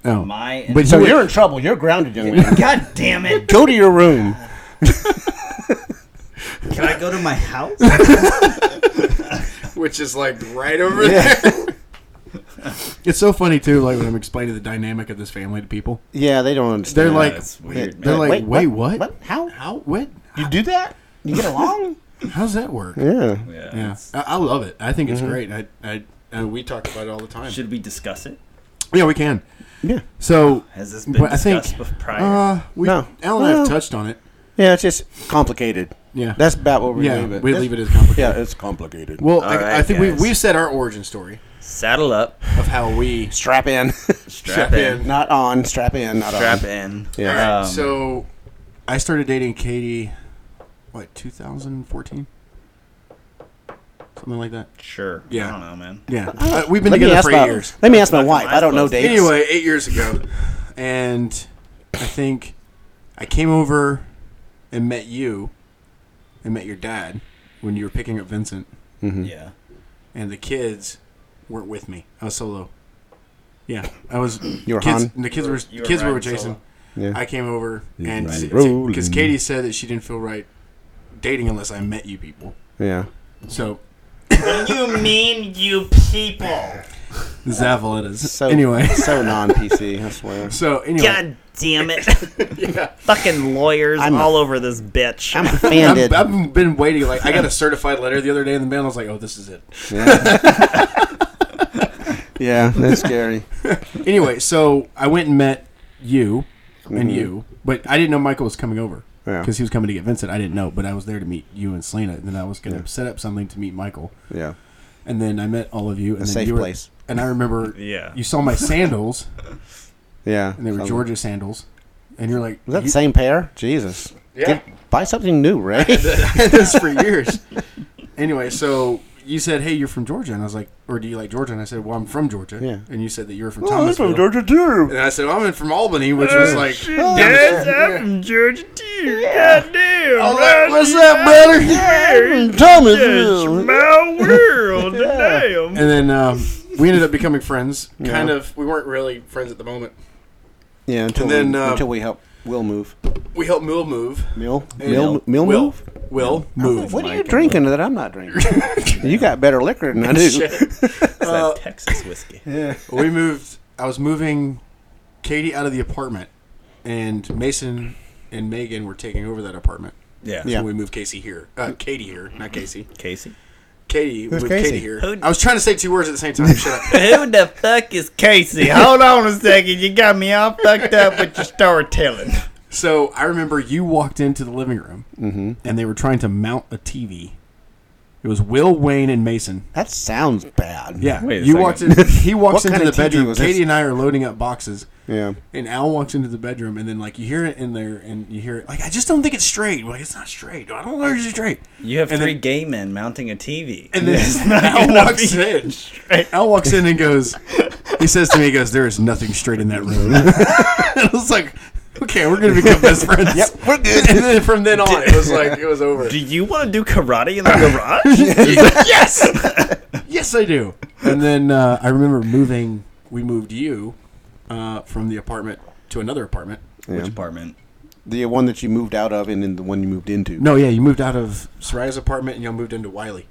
C: no.
B: My.
C: But
A: Oh. So
C: you-
A: you're in trouble. You're grounded, young man.
B: God damn it!
A: Go to your <laughs> room.
B: Can I go to my house?
C: <laughs> which is like right over there. <laughs> it's so funny too, like when I'm explaining the dynamic of this family to people.
A: Yeah, they don't understand.
C: They're like,
B: that's weird.
C: they're like, wait, what?
A: what? How?
C: How? What?
A: You do that? You get along?
C: How's that work?
A: <laughs> yeah.
C: Yeah, I, I love it. I think
A: Mm-hmm.
C: it's great. I, I, and we talk about it all the time.
B: Should we discuss it?
C: yeah, we can.
A: Yeah.
C: So
B: Has this been
C: but I think
B: discussed bef- prior?
C: uh, we
A: No.
C: Alan and I
A: Well-
C: have touched on it.
A: Yeah, it's just complicated.
C: Yeah.
A: That's about what we
C: Yeah,
A: leave it.
C: we
A: That's-
C: leave it as complicated.
A: Yeah, it's complicated.
C: Well,
B: All
C: I, I
B: right,
C: think we,
B: guys.
C: we've said our origin story
B: Saddle up,
C: of how we.
A: strap in, <laughs>
B: strap,
C: Strap
B: in,
C: in.
A: not on. Strap in, not
B: strap
A: on.
B: in.
C: All
A: Yeah.
C: right,
B: Um,
C: so I started dating Katie, what, 2014? Something like that.
B: Sure.
C: Yeah.
B: I don't know, man.
A: <laughs>
C: Yeah. Uh, we've been
A: Let me
C: together
A: ask
C: for
A: my
C: eight years.
A: let me ask my
B: Fucking
A: wife. I don't know
B: eyes
A: dates.
C: Anyway, eight years ago. And I think I came over and met you and met your dad when you were picking up Vincent.
A: Mm-hmm.
B: Yeah.
C: and the kids weren't with me. I was solo. Yeah, I was.
A: You were
C: kids,
A: Han?
C: The kids were,
B: You
C: the
B: were
C: kids were with
B: riding
C: Jason.
A: solo. Yeah.
C: I came over
A: You
C: and
A: were rolling.
C: because Katie said that she didn't feel right dating unless I met you people.
A: Yeah.
C: So
E: you mean you people?
C: Zavel it is.
A: So
C: anyway, <laughs>
A: <laughs> so non PC. I swear.
C: so anyway,
B: God damn <laughs> it. Fucking lawyers
A: I'm a-
B: all over this bitch. <laughs>
A: I'm
C: I've,
A: offended.
C: I've been waiting. Like I got a certified letter the other day in the mail. I was like, oh, this is it. <laughs>
A: yeah, that's scary.
C: Anyway, so I went and met you and you, but I didn't know Michael was coming over
A: Mm-hmm. Yeah.
C: because he was coming to get Vincent. I didn't know, but I was there to meet you and Selena, and then I was going to set up something to meet Michael,
A: Yeah.
C: and then I met all of you. And then
A: safe
C: you were-
A: place.
C: And I remember,
B: Yeah.
C: you saw my sandals,
A: Yeah.
C: and they were
A: Sounds-
C: Georgia sandals, and you're like,
A: Was that
C: you-
A: the same pair? Jesus.
C: Yeah.
A: Get- buy something new,
C: <laughs>
A: Ray.
C: I had this for years. <laughs> anyway, so. You said, "Hey, you're from Georgia," and I was like, "Or do you like Georgia?" And I said, "Well, I'm from Georgia."
A: Yeah.
C: And you said that you were from
A: Oh, I'm
C: Thomasville.
A: from Georgia Oh, too.
C: And I said, well, "I'm in from Albany," which was like, down the
B: Yes,
C: street.
B: I'm from Georgia too. Goddamn.
A: Oh,
C: All right, what's up, brother?
A: I'm from Thomasville.
B: my
A: <laughs>
B: world. Damn.
C: And then um, we ended up becoming friends. Kind of. We weren't really friends at the moment.
A: Yeah, until,
C: And then,
A: we,
C: uh,
A: until we help Will move.
C: We helped Mill move.
A: Mill?
C: And-
A: Mill, Mill
C: Will,
A: move?
C: Will move.
A: What are you drinking that I'm not
C: <laughs>
A: drinking? you got better liquor than I do.
C: Uh,
B: Texas whiskey.
C: we moved. I was moving Katie out of the apartment, and Mason and Megan were taking over that apartment.
B: Yeah.
A: Yeah.
C: So we moved Casey here. Uh, Katie here, not Casey.
B: Casey.
C: Katie. moved
A: Casey?
C: Katie here.
B: Who-
C: I was trying to say two words at the same time.
A: <laughs>
C: Shut up.
B: Who the fuck is Casey? Hold on a second. You got me all fucked up with your storytelling.
C: So I remember you walked into the living room,
A: Mm-hmm.
C: and they were trying to mount a TV. It was Will, Wayne, and Mason.
A: That sounds bad.
C: Yeah,
B: Wait a
C: you
B: second.
C: walked in. He walks
A: What
C: into
A: kind
C: the
A: of TV
C: bedroom.
A: was this?
C: Katie and I are loading up boxes,
A: Yeah.
C: and Al walks into the bedroom, and then like you hear it in there, and you hear it like I just don't think it's straight. Like it's not straight. I don't know if
B: <laughs>
C: it's straight.
B: You have
C: And
B: three
C: then-
B: gay men mounting a TV.
C: And then <laughs> Al walks in. Al walks in and goes. He says to me, "He goes, there is nothing straight in that room." <laughs> I was like, "Okay, we're gonna become best friends." yep, we're good. <laughs> And then from then on, it was like it was over.
B: do you want to do karate in the
C: <laughs>
B: garage?
C: yes, yes, I do. And then uh, I remember moving. We moved you uh, from the apartment to another apartment.
B: Which apartment?
A: The one that you moved out of and then the one you moved into.
C: No, yeah, you moved out of Soraya's apartment and y'all moved into Wiley.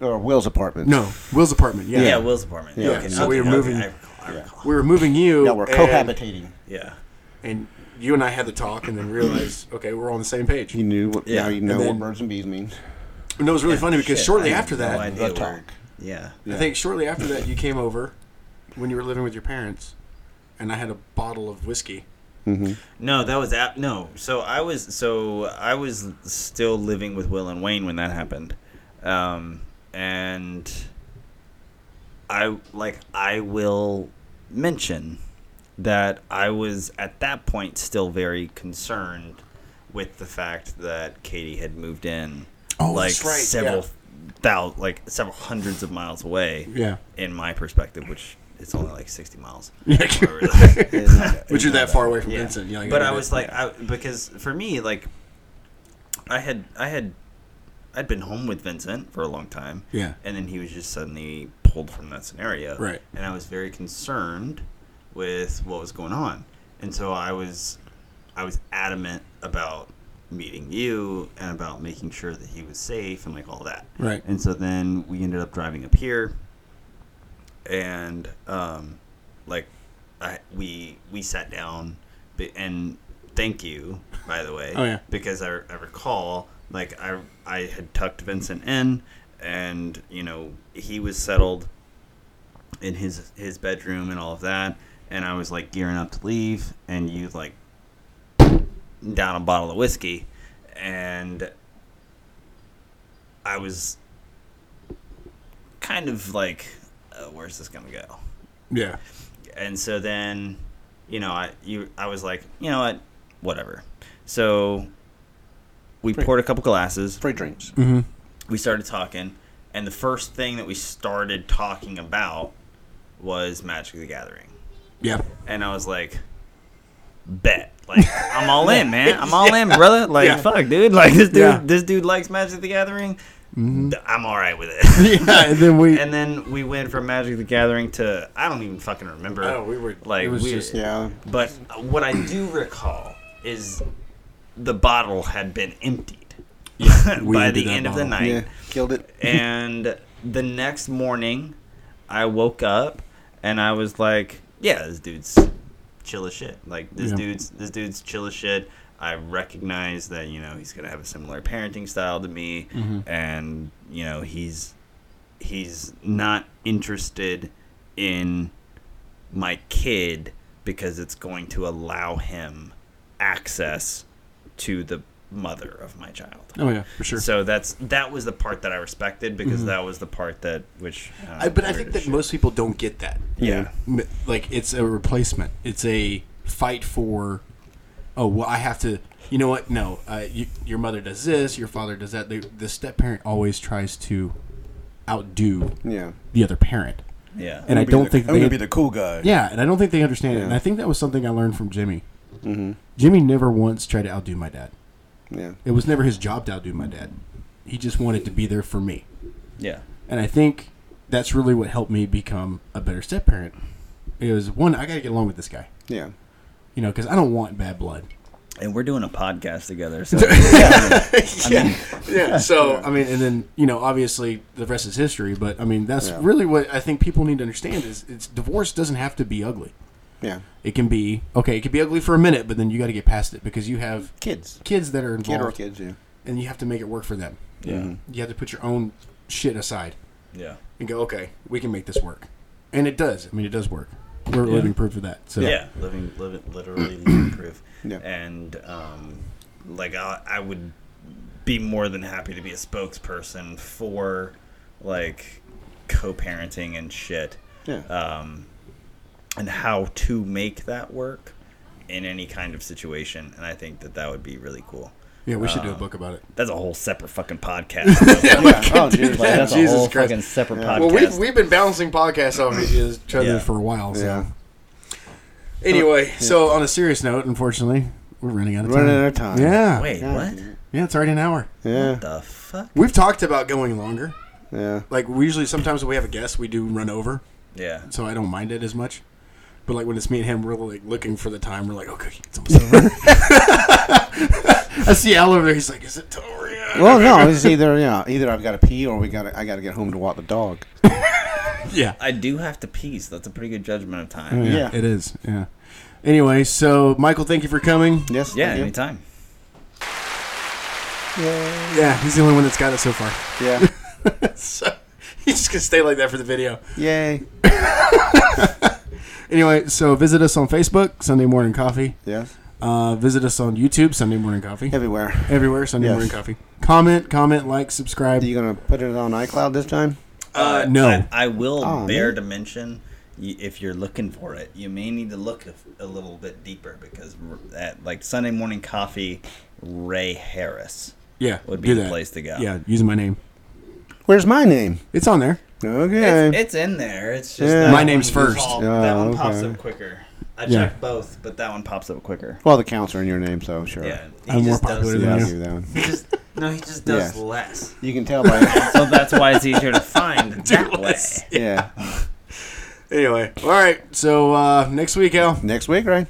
A: Or Will's apartment.
C: No, Will's apartment. Yeah,
B: Yeah, Will's apartment.
C: Yeah, so we were moving-
B: I recall, I recall.
C: we were moving you.
A: Yeah, we're
C: and-
A: cohabitating.
B: Yeah.
C: And you and I had the talk, and then realized, okay, we're on the same page.
A: You
C: And
A: knew what,
B: Yeah.
A: now you know what
C: then-
A: birds and bees mean.
C: it was really funny because
B: Shit, I
C: shortly
B: had
C: after
B: no
C: that,
B: idea
A: the
B: where-
A: talk.
B: Yeah.
C: I think shortly after that, you came over when you were living with your parents, and I had a bottle of
B: <laughs>
C: whiskey.
B: No, that was at, no. So I was so I was still living with Will and Wayne when that happened, um, and I like I will mention that I was at that point still very concerned with the fact that Katie had moved in,
C: Oh,
B: like
C: that's right,
B: several
C: yeah.
B: thou like several hundreds of miles away.
C: Yeah.
B: in my perspective, which it's only like sixty miles.
C: <laughs> But you're that far away from
B: Yeah.
C: Vincent. You're like, "Oh,
B: but I
C: "Okay."
B: was like, I, because for me, like, I had, I had, I'd been home with Vincent for a long time.
C: Yeah.
B: And then he was just suddenly pulled from that scenario.
C: Right.
B: And I was very concerned with what was going on, and so I was, I was adamant about meeting you and about making sure that he was safe and like all that.
C: Right.
B: And so then we ended up driving up here, and um, like I, we we sat down b- and thank you by the way
C: Oh, yeah.
B: because I, I recall like I I had tucked Vincent in and you know he was settled in his his bedroom and all of that and I was like gearing up to leave and you like down a bottle of whiskey and I was kind of like, uh, "Where's this gonna go?"
C: Yeah.
B: and so then you know i you i was like you know what whatever so we poured a couple glasses
A: Free drinks.
B: we started talking and the first thing that we started talking about was magic the gathering
A: <laughs>
C: Yeah.
B: and i was like bet like i'm
C: <laughs>
B: all in man i'm all in brother like fuck dude like this dude
C: Yeah. Mm-hmm.
B: this dude likes magic the gathering i'm all right with it
C: <laughs> Yeah. And then we.
B: and then we went from magic the gathering to i don't even fucking remember
C: Oh, we were-
B: like
C: it was
B: we,
C: just-
A: Yeah.
B: but what I do recall is the bottle had been emptied <laughs>
C: we
B: by
C: emptied
B: the
C: that
B: end of the
C: bottle.
B: night.
A: Yeah. Killed it.
B: And the next morning, I woke up and I was like, "Yeah, this dude's chill as shit. Like this
C: Yeah.
B: dude's this dude's chill as shit." I recognize that you know he's gonna have a similar parenting style to me,
C: Mm-hmm.
B: and you know he's he's not interested in my kid because it's going to allow him access to the mother of my child.
C: oh yeah, for sure. Mm-hmm.
B: So that's that was the part that I respected because that was the part that which. uh,
C: I, but I
B: weird
C: think
B: as
C: that
B: shit.
C: most people don't get that.
B: Yeah.
C: M- Like it's a replacement. It's a fight for. Oh well, I have to. You know what? No, uh, you, your mother does this. Your father does that. They, the step parent always tries to outdo
A: Yeah.
C: the other parent,
B: yeah.
C: and I don't think
A: I'm
C: they.
A: gonna be the cool guy.
C: yeah, and I don't think they understand it. And
A: Yeah. Mm-hmm.
C: I think that was something I learned from Jimmy. Jimmy never once tried to outdo my dad.
A: Yeah.
C: It was never his job to outdo my dad. He just wanted to be there for me.
B: yeah.
C: And I think that's really what helped me become a better step parent. It was one, I got to get along with this guy,
A: Yeah.
C: you know, because I don't want bad blood.
B: And we're doing a podcast together,
C: <laughs>
B: so
C: Yeah. <laughs> So, I mean, and then, you know, obviously the rest is history, but I mean, that's
A: Yeah.
C: really what I think people need to understand is it's divorce doesn't have to be ugly.
A: Yeah.
C: It can be, okay, it can be ugly for a minute, but then you got to get past it because you have
A: Kids.
C: kids that are
A: Kid or
C: involved
A: kids. Yeah.
C: and you have to make it work for them.
B: yeah,
C: You have to put your own shit aside
B: yeah,
C: and go, okay, we can make this work. And it does. I mean, it does work. We're living proof of that. So,
B: yeah. Living, living, literally living proof.
A: Yeah.
B: And um, like I, I would be more than happy to be a spokesperson for like co-parenting and shit.
A: Yeah.
B: and how to make that work in any kind of situation. And I think that that would be really cool.
C: Yeah, we should
B: Uh,
C: do a book about it.
B: That's a whole separate fucking podcast. though.
A: yeah. <laughs> Oh, dude.
B: like, that's
C: Jesus
B: a whole
C: Christ.
B: fucking separate
A: Yeah.
B: podcast.
C: Well, we've, we've been bouncing podcasts off <laughs> each other
B: Yeah.
C: for a while. So.
A: Yeah.
C: Anyway, so on a serious note, unfortunately, we're running out of time.
A: <laughs> Running out of time.
C: Yeah.
B: Wait, what?
C: Yeah, it's already an hour.
A: Yeah.
B: The fuck?
C: We've talked about going longer.
A: Yeah.
C: Like, we usually, sometimes when we have a guest, we do run over,
B: Yeah.
C: so I don't mind it as much. But, like, when it's me and him, we're, like, looking for the time. We're like, okay, it's almost <laughs> over. I see Al over there. He's like, is it over yet?
A: Well, no, it's either yeah, either I've got to pee or we got to I got to get home to walk the dog.
C: Yeah.
B: I do have to pee, so that's a pretty good judgment of time.
A: Yeah.
B: Yeah,
C: It is. Yeah. Anyway, so, Michael, thank you for coming.
A: Yes. thank you.
B: anytime.
C: Yeah, he's the only one that's got it so far.
A: <laughs> Yeah.
C: <laughs> So he's just gonna stay like that for the video.
A: Yay.
C: Anyway, so visit us on Facebook, Sunday Morning Coffee.
A: Yes.
C: Uh, visit us on YouTube, Sunday Morning Coffee.
A: Everywhere.
C: Everywhere, Sunday
A: Yes.
C: Morning Coffee. Comment, comment, like, subscribe.
A: Are you gonna put it on iCloud this time?
C: Uh, no.
B: I, I will
A: Oh,
B: bear
A: man.
B: to mention y- if you're looking for it, you may need to look a, a little bit deeper because r- at like Sunday morning coffee, Ray Harris.
C: yeah,
B: would be
C: do
B: the
C: that.
B: place to go.
C: Yeah, using my name.
A: Where's my name?
C: It's on there.
A: Okay.
B: It's, it's in there. It's just
A: Yeah.
B: that
A: My
B: one
C: name's
B: is
C: first.
B: all-
A: Oh,
B: that one pops
A: okay.
B: up quicker. I
C: Yeah.
B: checked both, but that one pops up quicker.
A: well, the counts are in your name, so sure.
B: Yeah,
C: I'm more
B: does.
C: popular
A: Yeah,
C: than
A: I'll
C: you.
A: give you that one.
B: He just, no, he just does
A: Yeah.
B: less.
A: You can tell <laughs> by
B: So that's why it's easier to
C: <laughs>
B: find that way.
A: yeah.
C: Anyway, all right. So uh, next week, Al.
A: Next week, right?